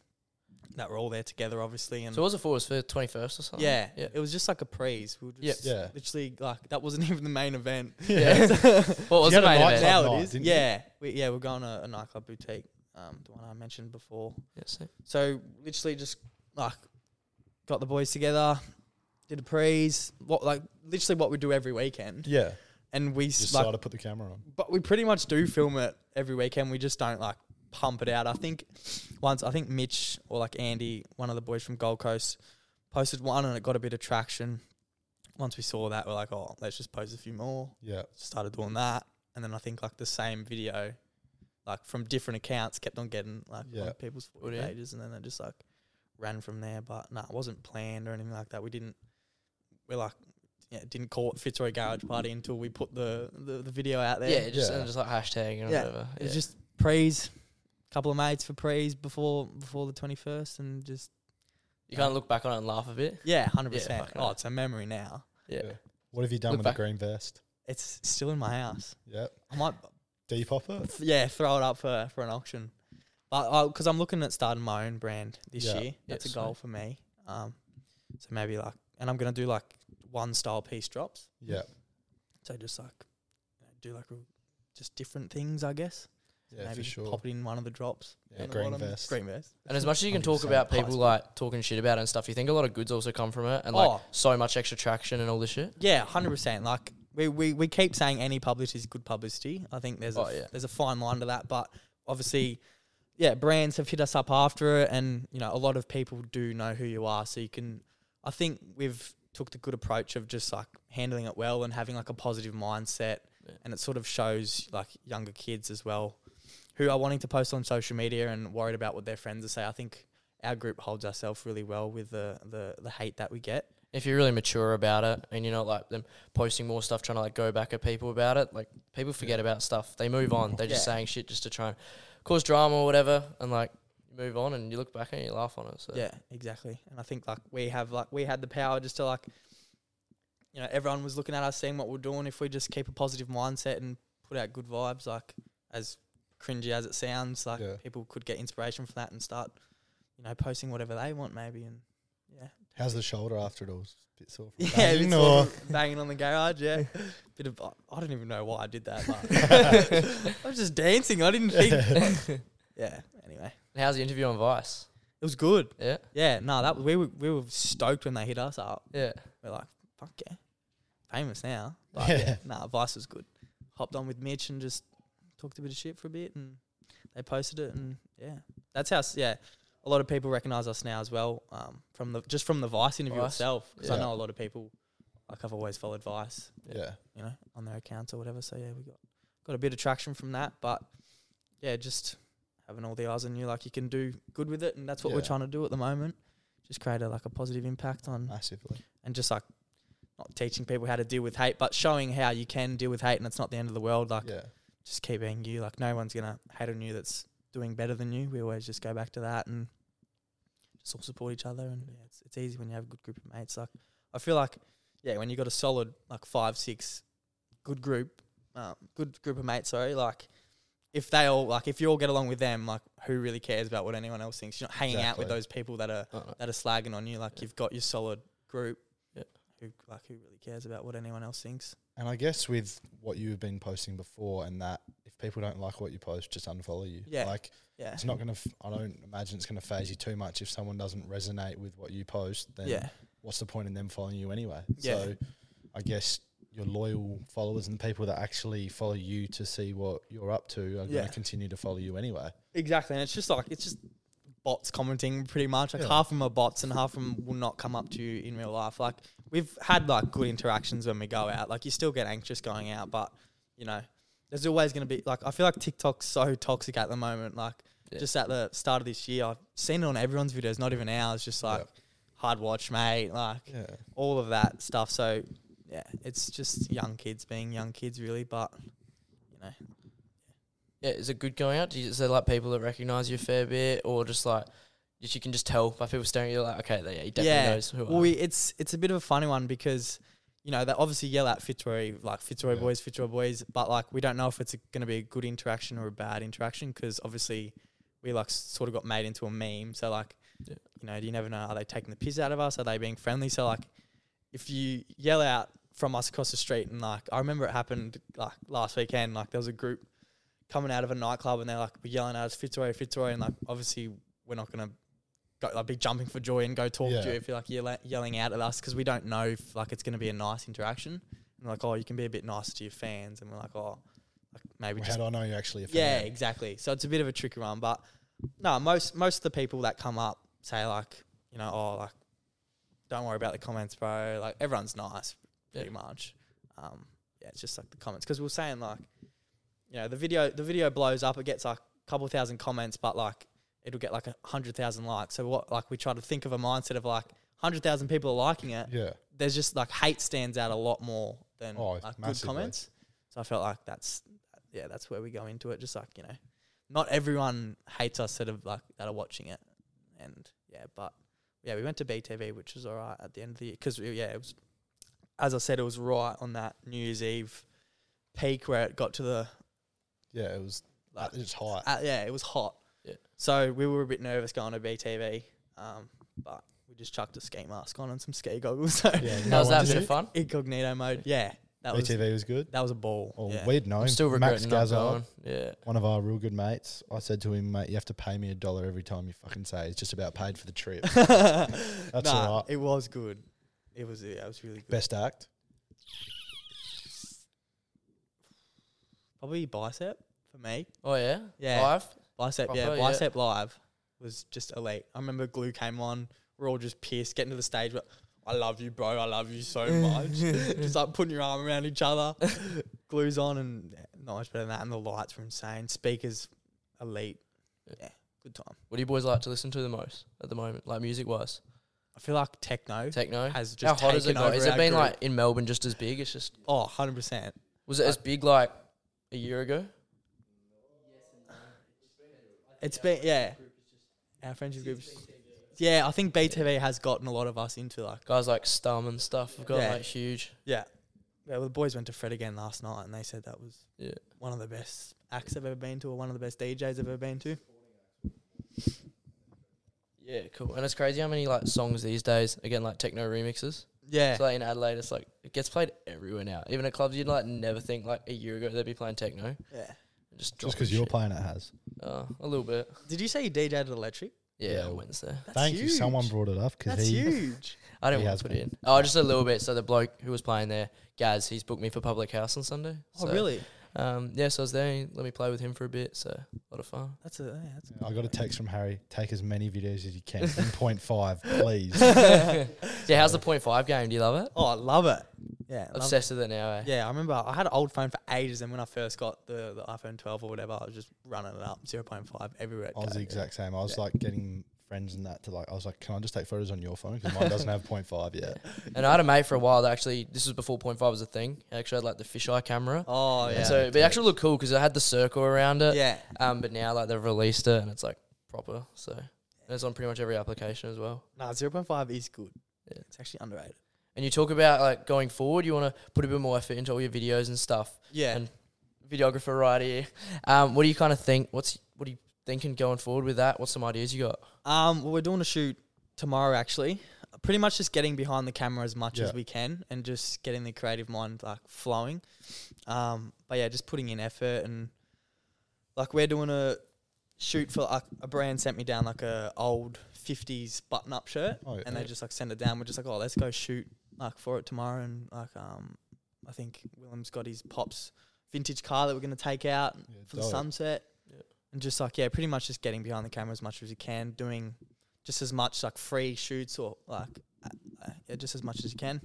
that were all there together, obviously, and So what was it for? It was for twenty first or something. yeah, Yeah. it was just like a praise. We were Yeah. just Yeah. literally like that wasn't <laughs> even the main event. <laughs> Yeah. What was You the had main a nightclub event? night. <laughs> now it night, is. didn't you? Yeah, we, yeah, we're going to a nightclub boutique, um, the one I mentioned before. Yeah, sick. So literally just like got the boys together, did a praise, what like literally what we do every weekend, <laughs> Yeah. and we s- Just like decided to put the camera on. but we pretty much do film it every weekend. We just don't like pump it out. I think once I think Mitch or like Andy, one of the boys from Gold Coast, posted one and it got a bit of traction. Once we saw that, we're like, oh, let's just post a few more. Yeah. Started doing that, and then I think like the same video, like from different accounts, kept on getting like Yeah. on people's Good, footy Oh, yeah. pages, and then it just like ran from there. But no, it wasn't planned or anything like that. We didn't. We're like. Yeah, didn't call it Fitzroy Garage Party until we put the, the, the video out there. Yeah, just Yeah. and just like hashtag and Yeah. whatever. It was Yeah. just praise, couple of mates for praise before before the twenty first, and just you can't look back on it and laugh a bit. yeah, hundred Yeah, percent. fucking Oh, hell. it's a memory now. Yeah. Yeah. What have you done Look with back. the green vest? It's still in my house. Yeah. I might Depop it. th- yeah throw it up for for an auction, but because I'm looking at starting my own brand this Yeah. year, that's sweet. a goal for me. Um, so maybe like, and I'm gonna do like one style piece drops. Yeah. So just like you know, do like real- just different things, I guess. Yeah, maybe for sure. pop it in one of the drops. Yeah, on the green bottom. vest. Green vest. And as much as you can talk 100% about people possible. like talking shit about it and stuff, you think a lot of goods also come from it and like Oh. so much extra traction and all this shit. Yeah, hundred percent. Like we, we we keep saying any publicity is good publicity. I think there's a Oh, f- yeah. there's a fine line to that, but obviously, yeah, brands have hit us up after it, and you know a lot of people do know who you are, so you can. I think we've took the good approach of just like handling it well and having like a positive mindset Yeah. and it sort of shows like younger kids as well who are wanting to post on social media and worried about what their friends are saying. I think our group holds ourselves really well with the, the the hate that we get. If you're really mature about it and you're not like them posting more stuff trying to like go back at people about it, like people forget about stuff. They move on. They're just Yeah. saying shit just to try and cause drama or whatever and like move on and you look back and you laugh on it. So <laughs> Yeah, exactly. And I think like we have like we had the power just to like you know, everyone was looking at us seeing what we're doing. If we just keep a positive mindset and put out good vibes, like as cringy as it sounds, like Yeah. people could get inspiration from that and start, you know, posting whatever they want maybe and yeah. How's the shoulder after it all? It's a bit sore. From <laughs> Yeah, banging it's or- all <laughs> banging on the garage. <laughs> Yeah, bit of. I don't even know why I did that. <laughs> But I was just dancing. I didn't think. yeah. Anyway, And how's the interview on Vice? it was good. Yeah. Yeah. No, that we were we were stoked when they hit us up. Yeah. We're like, fuck yeah, famous now. But Yeah. yeah. Nah, Vice was good. Hopped on with Mitch and just talked a bit of shit for a bit, and they posted it, and yeah, that's how. s- Yeah, a lot of people recognize us now as well. Um, from the just from the Vice interview Vice? itself, because I Yeah. know a lot of people. Like I've always followed Vice <laughs> <laughs> yeah. you know, on their accounts or whatever. So yeah, we got got a bit of traction from that, but yeah, just having all the eyes on you, like you can do good with it, and that's what we're Yeah. trying to do at the moment. Just create a, like a positive impact on, massively. and just like not teaching people how to deal with hate, but showing how you can deal with hate, and it's not the end of the world. Like Yeah, just keep being you. Like no one's gonna hate on you that's doing better than you. We always just go back to that and just all support each other. And yeah, it's, it's easy when you have a good group of mates. Like I feel like yeah, when you got a solid like five six good group, um, good group of mates. Sorry, like. If they all like, if you all get along with them, like, who really cares about what anyone else thinks? You're not hanging out with Exactly. those people that are I don't know. that are slagging on you. Like, Yeah. you've got your solid group. Yeah. Who like who really cares about what anyone else thinks? and I guess with what you've been posting before, and that if people don't like what you post, just unfollow you. Yeah. like Yeah. it's not gonna. F- I don't imagine it's gonna phase you too much if someone doesn't resonate with what you post. Then Yeah. what's the point in them following you anyway? Yeah. So I guess your loyal followers and the people that actually follow you to see what you're up to are Yeah. gonna continue to follow you anyway. Exactly, and it's just like it's just bots commenting pretty much. Like Yeah. half of them are bots, and half of them will not come up to you in real life. Like we've had like good interactions when we go out. Like you still get anxious going out, but you know, there's always going to be like I feel like TikTok's so toxic at the moment. Like Yeah. just at the start of this year, I've seen it on everyone's videos, not even ours. Just like hard watch, mate. Like Yeah, all of that stuff. So yeah, it's just young kids being young kids, really. But you know, Yeah, is it good going out? Do you, is there like people that recognize you a fair bit, or just like you you can just tell by people staring at you, like okay, they, he definitely knows who well, I we, am. it's it's a bit of a funny one because you know they obviously yell at Fitzroy like Fitzroy Yeah. boys, Fitzroy boys, but like we don't know if it's going to be a good interaction or a bad interaction because obviously we like sort of got made into a meme. So like, Yeah. you know, you never know. Are they taking the piss out of us? Are they being friendly? So like, if you yell out from us across the street and like, I remember it happened like last weekend. Like there was a group coming out of a nightclub and they're like yelling at us Fitzroy, Fitzroy, and like obviously we're not gonna go like be jumping for joy and go talk Yeah. to you if you're like yell- yelling out at us because we don't know if like it's gonna be a nice interaction. And like, oh, you can be a bit nicer to your fans, and we're like, oh, like maybe Well, just how do I know you're actually a fan? yeah, exactly. So it's a bit of a tricky one, but no, most most of the people that come up say like, you know, oh, like, don't worry about the comments, bro. Like everyone's nice, pretty much. Um, yeah, it's just like the comments because we we're saying like, you know, the video the video blows up, it gets like a couple thousand comments, but like it'll get like a hundred thousand likes. So what like we try to think of a mindset of like hundred thousand people are liking it. yeah. There's just like hate stands out a lot more than Oh, like good massively. comments. So I felt like that's yeah, that's where we go into it. Just like you know, not everyone hates us that are like that are watching it, and yeah, but yeah, we went to BTV, which was alright at the end of the year because yeah, it was as I said, it was right on that New Year's Eve peak where it got to the Yeah, it was like, it's high. <laughs> uh, yeah, it was hot. Yeah. So we were a bit nervous going to BTV, um, but we just chucked a ski mask on and some ski goggles. <laughs> So Yeah, How's no that one bit did. of fun? incognito mode. Yeah, Oh, that was BTV was good. that was a ball. Well, <laughs> yeah. we'd known. I'm still Max regretting not Gazzard, going. Yeah, one of our real good mates. I said to him, mate, you have to pay me a dollar every time you fucking say it's just about paid for the <laughs> trip. That's all right. It was good. It was. Yeah, it was really good. Best act. Probably bicep for me. oh yeah, Yeah. Live? Bicep, yeah, Proper, yeah. bicep live was just elite. I remember glue came on. We're all just pissed, getting to the stage. <laughs> But I love you, bro. I love you so much. just like putting your arm around each other. <laughs> glues on and not much better than that. And the lights were insane. Speakers, elite. Yeah. Yeah, good time. What do you boys like to listen to the most at the moment, like music wise? I feel like techno Techno. has How just hot has it taken got? over Has it our been group. like in Melbourne just as big? It's just oh, 100 percent. was it as big like a year ago? It's been yeah. Our friendship groups. Yeah, I think BTV has gotten a lot of us into like Guys like Stum and stuff have got Yeah. like huge. yeah. Yeah, well, the boys went to Fred again last night, and they said that was Yeah. one of the best acts I've ever been to, or one of the best DJs I've ever been to. Yeah, cool. And it's crazy how many like songs these days, again like techno remixes. Yeah, So like in Adelaide it's like it gets played everywhere now. Even at clubs you'd like never think like a year ago they'd be playing techno. yeah. Just Just dropping because you're shit. playing it has. Uh, a little bit. Did you say you DJed at Electric? Yeah, Yeah. on Wednesday. That's Thank you. huge. Someone brought it up because That's he. huge. I didn't He want has to put been. it in. Oh, just a little bit. So the bloke who was playing there, Gaz, he's booked me for public house on Sunday. Oh, So, really? Um, yeah, so I was there. He let me play with him for a bit. So a lot of fun. That's a yeah, that's <laughs> I got a text from Harry. Take as many videos as you can from <laughs> point five, please. <laughs> yeah, how's the point five game? Do you love it? Oh, I love it. Yeah, love it. Obsessed with it now. Eh? Yeah, I remember I had an old phone for ages, and when I first got the, the iPhone 12 or whatever, I was just running it up 0.5 everywhere. it I was the goes. exact same. I was Yeah. like getting friends and that to like. I was like, can I just take photos on your phone because mine doesn't have point five yet. <laughs> And I had a mate for a while that actually, this was before point five was a thing. He actually had like the fisheye camera. Oh And yeah. And so Yeah. it actually looked cool because it had the circle around it. yeah. Um, but now like they've released it and it's like proper. So and it's on pretty much every application as well. Nah, 0.5 is good. Yeah. It's actually underrated. And you talk about like going forward, you want to put a bit more effort into all your videos and stuff. Yeah. And videographer right here. Um, what do you kind of think? What's what are you thinking going forward with that? What's some ideas you got? um, well, we're doing a shoot tomorrow actually. Pretty much just getting behind the camera as much Yeah. as we can, and just getting the creative mind like flowing. Um, but yeah, just putting in effort and like we're doing a shoot for like a brand sent me down like a old 50s button up shirt Oh, and they yeah. just like send it down. We're just like, oh, let's go shoot like for it tomorrow. And like, um, I think Willem's got his pops vintage car that we're gonna take out Yeah, for the dope. sunset, Yeah. and just like yeah, pretty much just getting behind the camera as much as you can, doing just as much like free shoots or like uh, uh, yeah, just as much as you can.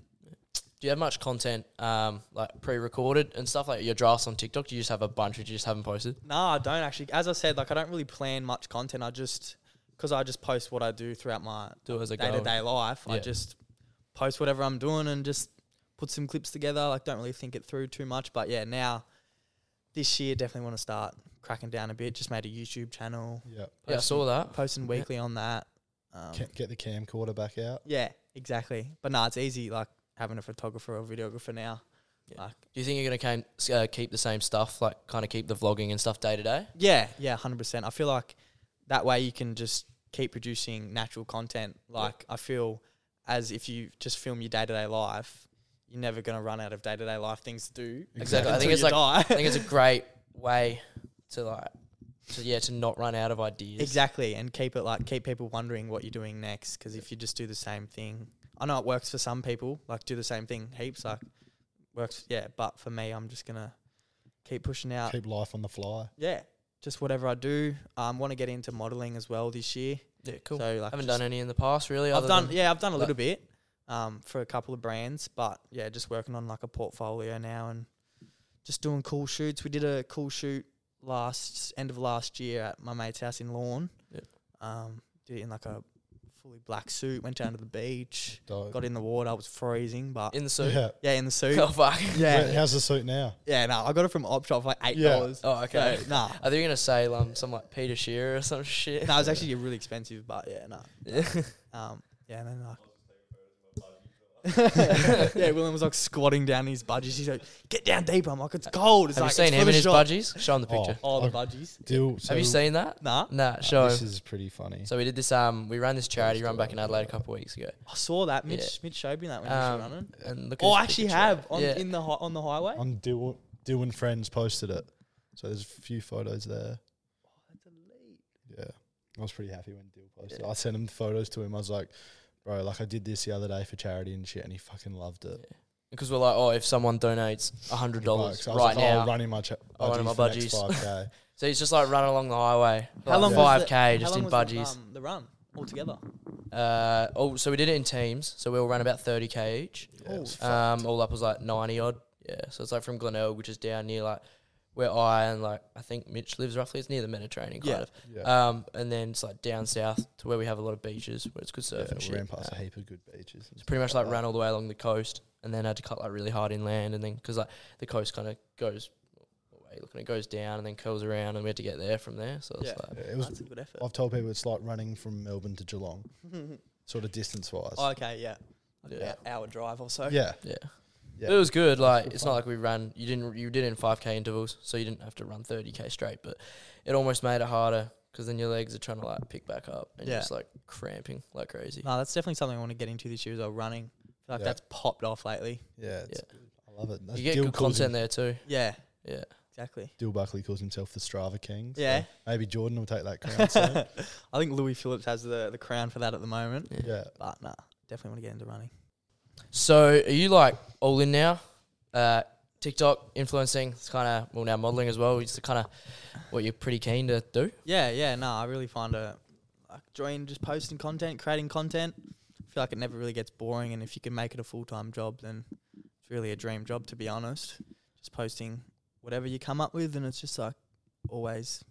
Do you have much content um, like pre-recorded and stuff like your drafts on TikTok? Do you just have a bunch which you just haven't posted? No, I don't actually. As I said, like I don't really plan much content. I just because I just post what I do throughout my Do it as a day to go. day life. I Yeah. just post whatever I'm doing and just put some clips together. Like, don't really think it through too much. But yeah, now this year, definitely want to start cracking down a bit. Just made a YouTube channel, Yeah. Yeah, I Post saw that. posting weekly on that. Um, Ca- Get the camcorder back out. yeah, exactly. But no, it's easy. Like having a photographer or videographer now. Yeah. Do you think you're gonna came, uh, keep the same stuff, like kind of keep the vlogging and stuff day to day? Yeah, yeah, hundred percent. I feel like that way you can just keep producing natural content. Like I feel as if you just film your day to day life, you're never gonna run out of day to day life things to do. Exactly. I until think it's you like die. <laughs> I think it's a great way to like, to yeah, to not run out of ideas. exactly, and keep it like keep people wondering what you're doing next. Because if you just do the same thing, I know it works for some people. Like do the same thing heaps. Like works, yeah. But for me, I'm just gonna keep pushing out. Keep life on the fly. yeah. Just whatever I do, I um, want to get into modeling as well this year. Yeah, cool. So like, haven't just- done any in the past, really. I've other done than- yeah, I've done a like- little bit um, for a couple of brands, but yeah, just working on like a portfolio now and just doing cool shoots. We did a cool shoot last end of last year at my mate's house in Lawn. Yeah. Um, did it in like a fully black suit. Went down to the beach, Dope. got in the water. I was freezing, but Oh. in the suit. Yeah. yeah, in the <laughs> suit. Oh fuck. Where- yeah, How's the suit now? yeah. No, I got it from op shop for like eight Yeah. dollars. Oh okay. So, nah, Are they gonna say um some like Peter Shearer or some shit? no, it was actually really expensive, but yeah, no. Yeah. Um, yeah, <laughs> and then like. yeah, William was like squatting down in his budgies. He's like, "Get down deeper." I'm like, "It's cold." It's Have like, you seen it's him for in the his shot. budgies? Show him the picture. Oh, the Okay. budgies. Still. So Have you seen that? Nah, Nah, uh, show This him. is pretty funny. So we did this. Um, we ran this charity run back in Adelaide a couple of weeks ago. I saw that. Mitch, Yeah. Mitch showed me that when he was Um, running. and look. at Oh, his I actually picture. have on Yeah. in the hi- on the highway. On Dill, Dill and friends posted it. So there's a few photos there. Yeah. I was pretty happy when Dill posted it. I sent him the photos to him. I was like, bro, like I did this the other day for charity and shit, and he fucking loved it. Because we're like, oh, if someone donates a hundred dollars Bucks. I was right like, now, Oh, running my cha- I wanted budgies my for budgies. <laughs> next 5K. so he's just like running along the highway. How long was Five How k just long in was budgies. The, um, the run altogether. Uh, oh, so we did it in teams. So we all ran about thirty k each. Yeah, it was Um, all up was like ninety odd. Yeah, so it's like from Glenelg, which is down near like where I and like I think Mitch lives roughly. It's near the Mediterranean kind Yeah. of. Yeah. Um, and then it's like down south to where we have a lot of beaches where it's good surf and yeah, shit. we ran past Uh, a heap of good beaches. and it's pretty much stuff like ran all the way along the coast, and then had to cut like really hard inland, and then because like the coast kind of goes, what way you looking, it goes down and then curls around, and we had to get there from there. So it's Yeah. like that. Yeah, it was. That's a good effort. <laughs> I've told people it's like running from Melbourne to Geelong, sort of distance wise. Oh, okay, yeah. Like Yeah. an hou- hour drive or so. yeah, yeah. Yeah. It was good. Like good it's not like we ran. You didn't. You did it in five k intervals, so you didn't have to run thirty k straight. But it almost made it harder because then your legs are trying to like pick back up and Yeah. you're just like cramping like crazy. No, that's definitely something I want to get into this year as well, running. I feel like Yeah. that's popped off lately. yeah, it's Good. I love it. That's you get Dill good calls him- content there too. Yeah, Yeah, exactly. Dill Buckley calls himself the Strava King. so Yeah. maybe Jordan <laughs> will take that crown soon. <laughs> I think Louis Phillips has the, the crown for that at the moment. yeah. yeah, But nah, definitely want to get into running. So are you like all in now? Uh, TikTok influencing. It's kind of well now modeling as well. It's kind of what you're pretty keen to do. Yeah, yeah, no, I really find it like enjoying just posting content, creating content. I feel like it never really gets boring, and if you can make it a full time job, then it's really a dream job to be honest. Just posting whatever you come up with, and it's just like always,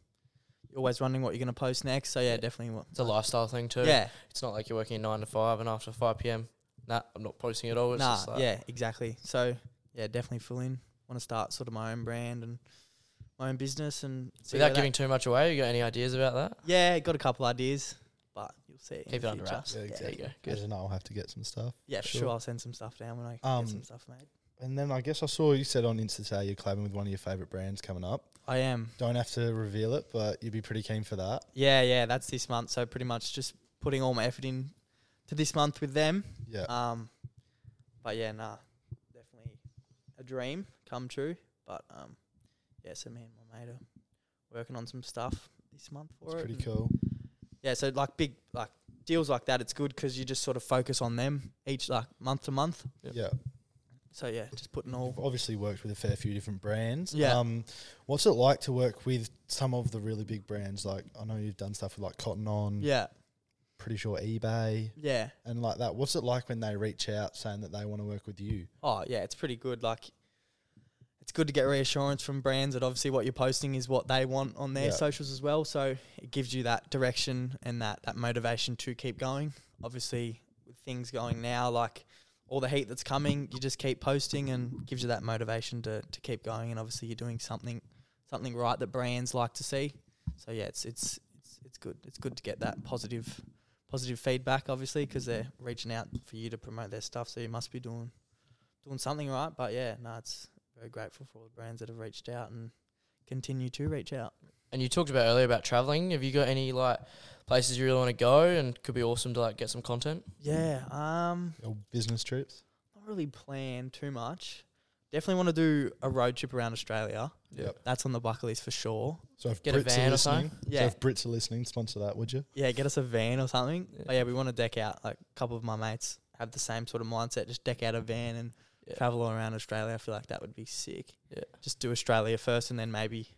you're always wondering what you're gonna post next. So yeah, definitely what. It's a lifestyle thing too. Yeah, It's not like you're working nine to five and after five p.m. Nah, I'm not posting at all. It's nah, just like, yeah, exactly. So yeah, definitely full in. Want to start sort of my own brand and my own business, and see where Without that- giving too much away, you got any ideas about that? Yeah, got a couple ideas, but you'll see. in Keep the it under future. wraps. Yeah, There you exactly. go. I <laughs> Good. don't know. I'll have to get some stuff. Yeah, sure. Sure. I'll send some stuff down when I Um, get some stuff made. And then I guess I saw you said on Insta today you're collabing with one of your favorite brands coming up. I am. Don't have to reveal it, but you'd be pretty keen for that. Yeah, yeah. That's this month. So pretty much just putting all my effort in to this month with them. Yeah, Uh, Um, but yeah, nah, definitely a dream come true. But um, yeah. So me and my mate are working on some stuff this month for it's it. pretty and cool. Yeah. So like big like deals like that, it's good because you just sort of focus on them each like month to month. Yep. Yeah, So yeah, just putting you've all. obviously worked with a fair few different brands. Yeah. Um, what's it like to work with some of the really big brands? Like I know you've done stuff with like Cotton On. Yeah. Pretty sure eBay Yeah. and like that. What's it like when they reach out saying that they want to work with you? Oh yeah, it's pretty good. Like, it's good to get reassurance from brands that obviously what you're posting is what they want on their Yeah. socials as well. So it gives you that direction and that that motivation to keep going. Obviously, with things going now, like all the heat that's coming, you just keep posting and gives you that motivation to to keep going. And obviously, you're doing something something right that brands like to see. So yeah, it's it's it's it's good. It's good to get that positive positive feedback, obviously, because they're reaching out for you to promote their stuff. So you must be doing doing something right. But yeah, no, it's very grateful for all the brands that have reached out and continue to reach out. And you talked about earlier about traveling. Have you got any like places you really want to go and could be awesome to like get some content? Yeah, um, Your business trips? not really plan too much. Definitely want to do a road trip around Australia. Yep. That's on the bucket list for sure. So if Get a Brits van are or listening, something? so Yeah, if Brits are listening, sponsor that, would you? yeah, get us a van or something. Yeah. But yeah, we want to deck out. Like a couple of my mates have the same sort of mindset. Just deck out a van and Yeah. travel all around Australia. I feel like that would be sick. Yeah. Just do Australia first, and then maybe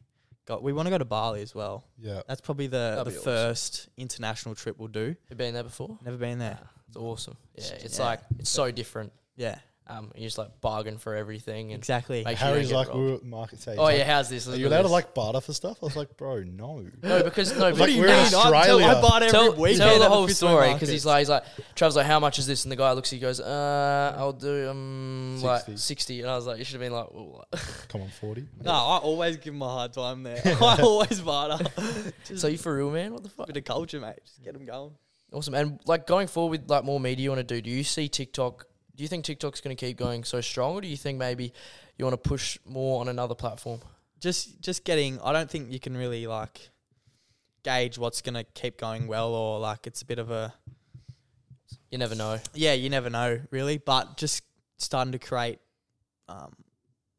go. We want to go to Bali as well. Yeah. That's probably the, That'd the be awesome. first international trip we'll do. You been there before? Never been there. Nah, It's awesome. Yeah, Just- it's yeah. like it's so different. Yeah, Um, you just like bargain for everything and exactly. make sure you Harry's don't like, get we robbed. were at market say. oh yeah, how's this? Are Look you at allowed to this. like barter for stuff? I was like, <laughs> bro, no. no because no. What but do you nah, mean? I tell- Australia. I bought every Tell, weekend tell the at whole Fitzroy story because he's Markets. like, he's like, Trav's like, how much is this? And the guy looks, he goes, uh, I'll do um like 60. sixty, and I was like, you should have been like, well, <laughs> what?" Come on, 40. No, I always give him a hard <laughs> time there. I always barter. Just so you for real, man? What the fuck? <laughs> bit of culture, mate. Just get him going. Awesome. And like going forward with like more media you want to do, do you see TikTok do you think TikTok's gonna keep going so strong or do you think maybe you want to push more on another platform? Just, just getting. I don't think you can really like gauge what's gonna keep going well or like it's a bit of a. You never know. Yeah, you never know really, but just starting to create, um,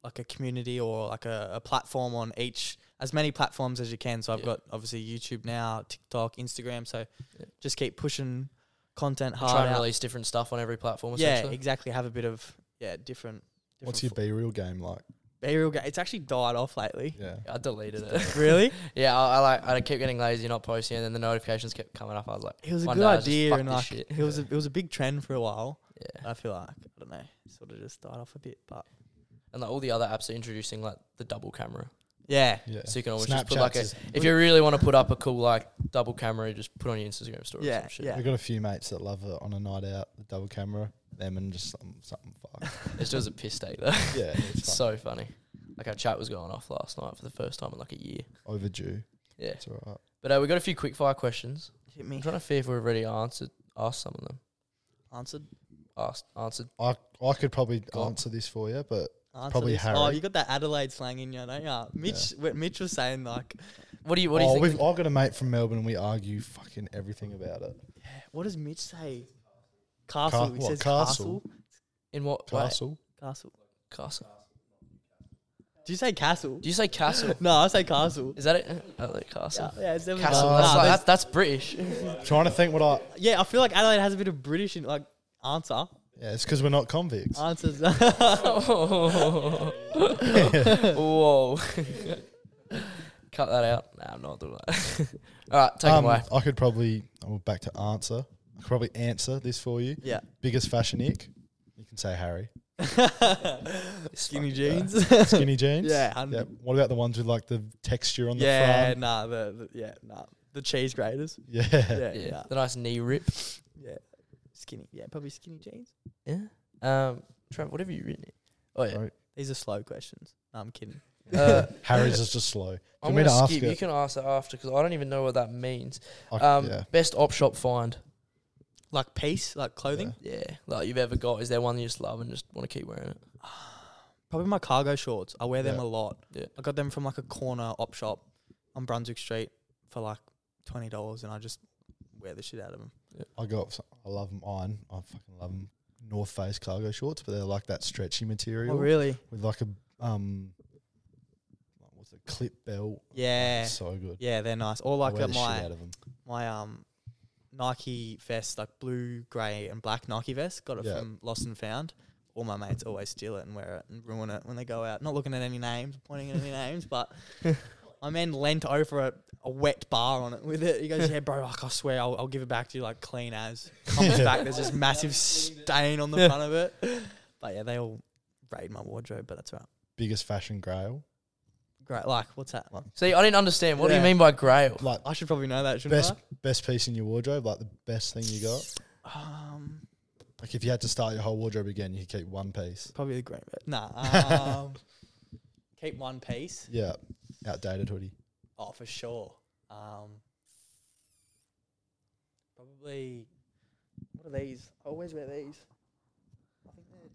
like a community or like a, a platform on each as many platforms as you can. So I've Yeah. got obviously YouTube now, TikTok, Instagram. So Yeah. just keep pushing content hard. Try and out. release different stuff on every platform Yeah, essentially. exactly. Have a bit of yeah, different. different What's your fo- B real game like? burial game? It's actually died off lately. Yeah. I <laughs> deleted <laughs> it. really? yeah, I, I like I keep getting lazy, not posting, and then the notifications kept coming up. I was like, It was a One good day I just idea, fucked and this like <laughs> shit. it was a, it was a big trend for a while. yeah, I feel like I don't know, sort of just died off a bit, but and like all the other apps are introducing like the double camera, Yeah. Yeah. so you can always just put like a, Snapchats is- if you really want to put up a cool like double camera, just put on your Instagram story. Yeah, or some shit. yeah. We've got a few mates that love it on a night out, the double camera, them and just something, something fuck. <laughs> It's just a piss take though. <laughs> yeah, It's it's so fun. funny. Like our chat was going off last night for the first time in like a year. overdue. Yeah. It's all right. But uh, we got a few quick fire questions. Hit I'm me. trying to see if we've already answered asked some of them. Answered. Asked answered. I I could probably Go on. answer this for you, but Answered Probably this. Harry. Oh, you got that Adelaide slang in you, don't you? Mitch, what Mitch was saying like, What do you what do you oh, think? we've, I've got a mate from Melbourne and we argue fucking everything about it. what does Mitch say? Castle. he what, says castle? castle. In what castle? Castle. Castle. Castle. Do you say castle? Do you say <laughs> castle? no, I say castle. Is that it? Oh, like castle. Yeah, yeah, it's definitely Castle. Uh, that's, Nah, like, there's- that's, that's <laughs> British. <laughs> Trying to think what I. yeah, I feel like Adelaide has a bit of British in, like answer. Yeah, it's because we're not convicts. Answers. <laughs> Whoa. <laughs> Cut that out. Nah, I'm not doing that. <laughs> All right, take it Um, away. I could probably. I'm back to answer. I could probably answer this for you. yeah. Biggest fashion ick? You can say <laughs> Harry. fucking guy. Skinny jeans. Skinny jeans. Yeah, <laughs> hundred. Yep. What about the ones with like the texture on the Yeah, front? nah, the, the yeah, nah, the cheese graters. Yeah. Yeah, Yeah. <laughs> yeah, The nice knee rip. yeah. Skinny, yeah, probably skinny jeans. Yeah. Um, Trent, what have you written? Oh yeah. <laughs> Right. These are slow questions. No, I'm kidding. Uh, <laughs> Harry's is just slow. I'm me gonna to ask skip. it? You can ask that after because I don't even know what that means. <laughs> I, Um, yeah. best op shop find. Like piece, like clothing. Yeah, like you've ever got. Is there one you just love and just want to keep wearing it? Probably my cargo shorts. I wear them Yeah. a lot. Yeah. I got them from like a corner op shop on Brunswick Street for like twenty dollars, and I just wear the shit out of them. I got. some- I love mine. I fucking love 'em. North Face cargo shorts, but they're like that stretchy material Oh, really? with like a um, what was it? Clip belt. Yeah, So good. yeah, they're nice. Or I like wear uh, the my shit out of them. my um Nike vest, like blue, grey, and black Nike vest. Got it Yeah. from Lost and Found. All my mates always steal it and wear it and ruin it when they go out. Not looking at any names, pointing at any <laughs> names, but my man leant over a, a wet bar on it with it. He goes, "Yeah, bro, like, I swear, I'll, I'll give it back to you like clean as." <laughs> Comes back, there's this massive stain on the front of it. But yeah, they all raid my wardrobe, but that's all right. Biggest fashion grail. Great, like what's that? See, I didn't understand. What do Yeah. you mean by grail? Like I should probably know that, shouldn't best best piece in your wardrobe. Like the best thing you got. I? Um, Like if you had to start your whole wardrobe again, you could keep one piece. Probably the green bit. Nah. Um, <laughs> keep one piece. Yeah, outdated hoodie. Oh, for sure. Um, probably. What are these? I always wear these. I think they're.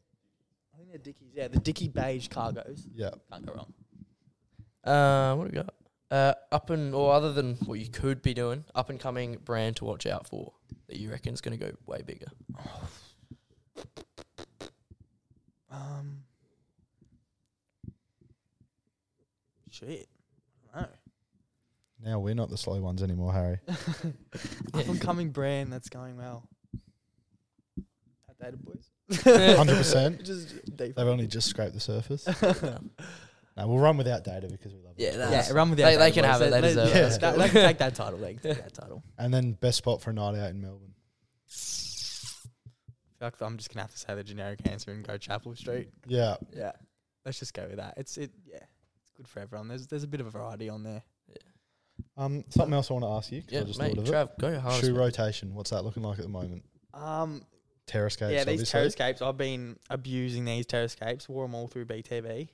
I think they're Dickies. Yeah, the Dickie beige cargos. Yeah, Can't go wrong. Uh, what have we got? Uh, up and or other than what you could be doing, up and coming brand to watch out for that you reckon is going to go way bigger. Um. Shit. No. now we're not the slow ones anymore, Harry. <laughs> Up and coming brand that's going well. Outdated boys. Hundred percent. Just deep. They've only just scraped the <laughs> surface. No, we'll run without data because we love it. Yeah, that- Yeah, run with the They- they outdated can boys. have it, they deserve it, that's that- good. they can take that title. <laughs> They can take that title. And then best spot for a night out in Melbourne. I feel like I'm just gonna have to say the generic answer and go Chapel Street. Yeah, Yeah, let's just go with that. It's it. Yeah, it's good for everyone. There's there's a bit of variety on there. um, something else I want to ask you. 'cause Yeah, I just mate, thought of Trav, go it. hard. Shoe rotation. What's that looking like at the moment? Um, Terrascapes. yeah, these obviously. terrascapes. I've been abusing these terrascapes. Wore them all through BTV.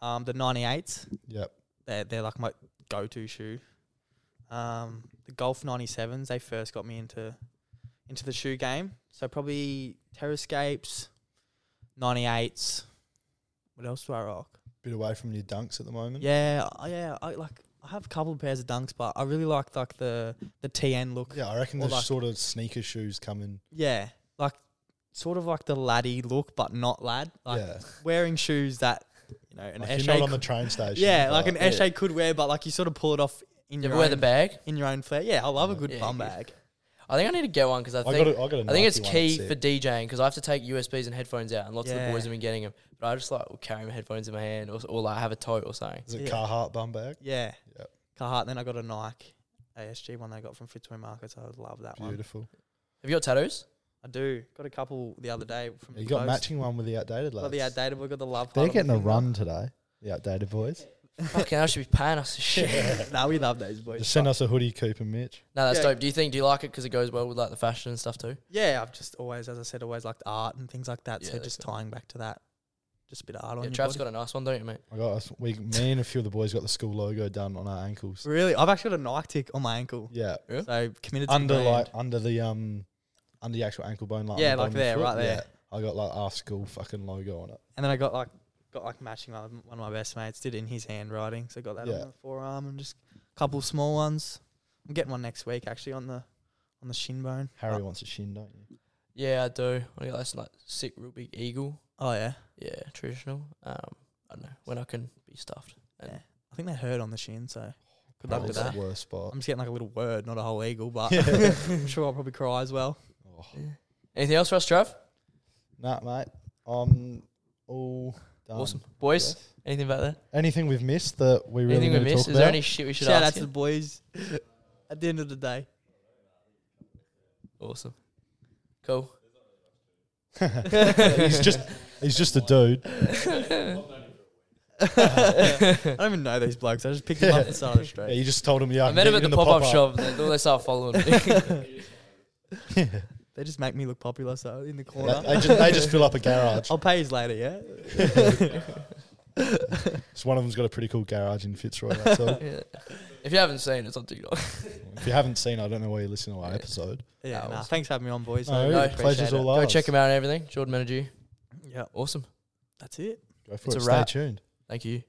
Um, the 98s. Yep. They're they're like my go-to shoe. Um, the Golf 97s. They first got me into into the shoe game. So probably terrascapes, 98s. What else do I rock? Bit away from your dunks at the moment. Yeah, I- yeah. I like. I have a couple of pairs of dunks, but I really like like the the TN look. Yeah, Yeah, I reckon Or the like- sort of sneaker shoes coming. like sort of like the laddie look, but not lad. Like yeah, wearing shoes that you know an like Eshe you're not on the could- train station. "Oh, yeah, like but- an Yeah. Eshe could wear, but like you sort of pull it off in You your ever wear own, the bag? in your own flair. Yeah, I love a good Yeah, bum yeah. bag. I think I need to get one because I I think got. A, I got. A I think it's Nike one key that's sick. for DJing because I have to take USBs and headphones out, and lots of the boys Yeah. have been getting them. But I just like will carry my headphones in my hand, or, or like have a tote or something. Is it Yeah. Carhartt bum bag? Yeah, Yeah. Carhartt. Then I got a Nike ASG one I got from Fitzroy Markets. I love that one. Beautiful. Have you got tattoos? I I do. Got a couple the other day from You got Coast. matching one with the outdated lads. Got the outdated. We got the love. They're Huddle getting a thing. run today. The outdated boys. <laughs> Fucking hell, should be paying us. Shit. <laughs> nah, we love those boys. Just send us a hoodie, Coop and Mitch. No, that's Yeah. dope. Do you think? Do you like it because it goes well with like the fashion and stuff too? Yeah, I've just always, as I said, always liked art and things like that. Yeah, so that's just cool. tying back to that, just a bit of art on Yeah, your Trav's body. got a nice one, don't you, mate? I got us. We, me and a few of the boys got the school logo done on our ankles. Really, I've actually got a Nike tick on my ankle. Yeah, Yeah. So committed to the under brand. like under the um, under the actual ankle bone, like on Yeah, the like bottom of the there, foot. right there. Yeah. I got like our school fucking logo on it. and then I got like got like matching one one of my best mates did in his handwriting. So I got that Yeah. on the forearm and just a couple small ones. I'm getting one next week actually on the on the shin bone. Harry wants a shin, don't you? Yeah, I do. I got this like sick, real big eagle. Oh yeah, Yeah, traditional. Um, I don't know when I can be stuffed. I think they hurt on the shin. So good luck Probably with the that. worst spot. I'm just getting like a little word, not a whole eagle, <laughs> but Yeah. <laughs> I'm sure I'll probably cry as well. Oh. Anything else for us, Trav? Nah, mate. I'm all done. awesome, boys. Um, Yes. Anything about that? Anything we've missed that we really anything need we to missed? talk Is about? there any shit we should Shout out ask? to you? the boys. At the end of <laughs> the day, <laughs> awesome. Cool. he's just he's just a dude. I don't even know these blokes. I just picked them up at the side of the Yeah, street. you just told him yeah. I can met get him you at the in pop up Uh, pop-up. shop. They they started following me. <laughs> <laughs> They just make me look popular, so in the corner. They, they just, they just fill <laughs> up a garage. I'll pay you later, yeah? <laughs> So one of them's got a pretty cool garage in Fitzroy. That's all. Yeah. If you haven't seen, it, it's on TikTok. if you haven't seen, I don't know where you listen to our Yeah. episode. Yeah, Nah, nah, awesome. thanks for having me on, boys. No, I really appreciate pleasure's it. all Go ours. check him out and everything. Jordan Energy. Yeah, Awesome. that's it. Go for It's it. a Stay wrap. tuned. Thank you.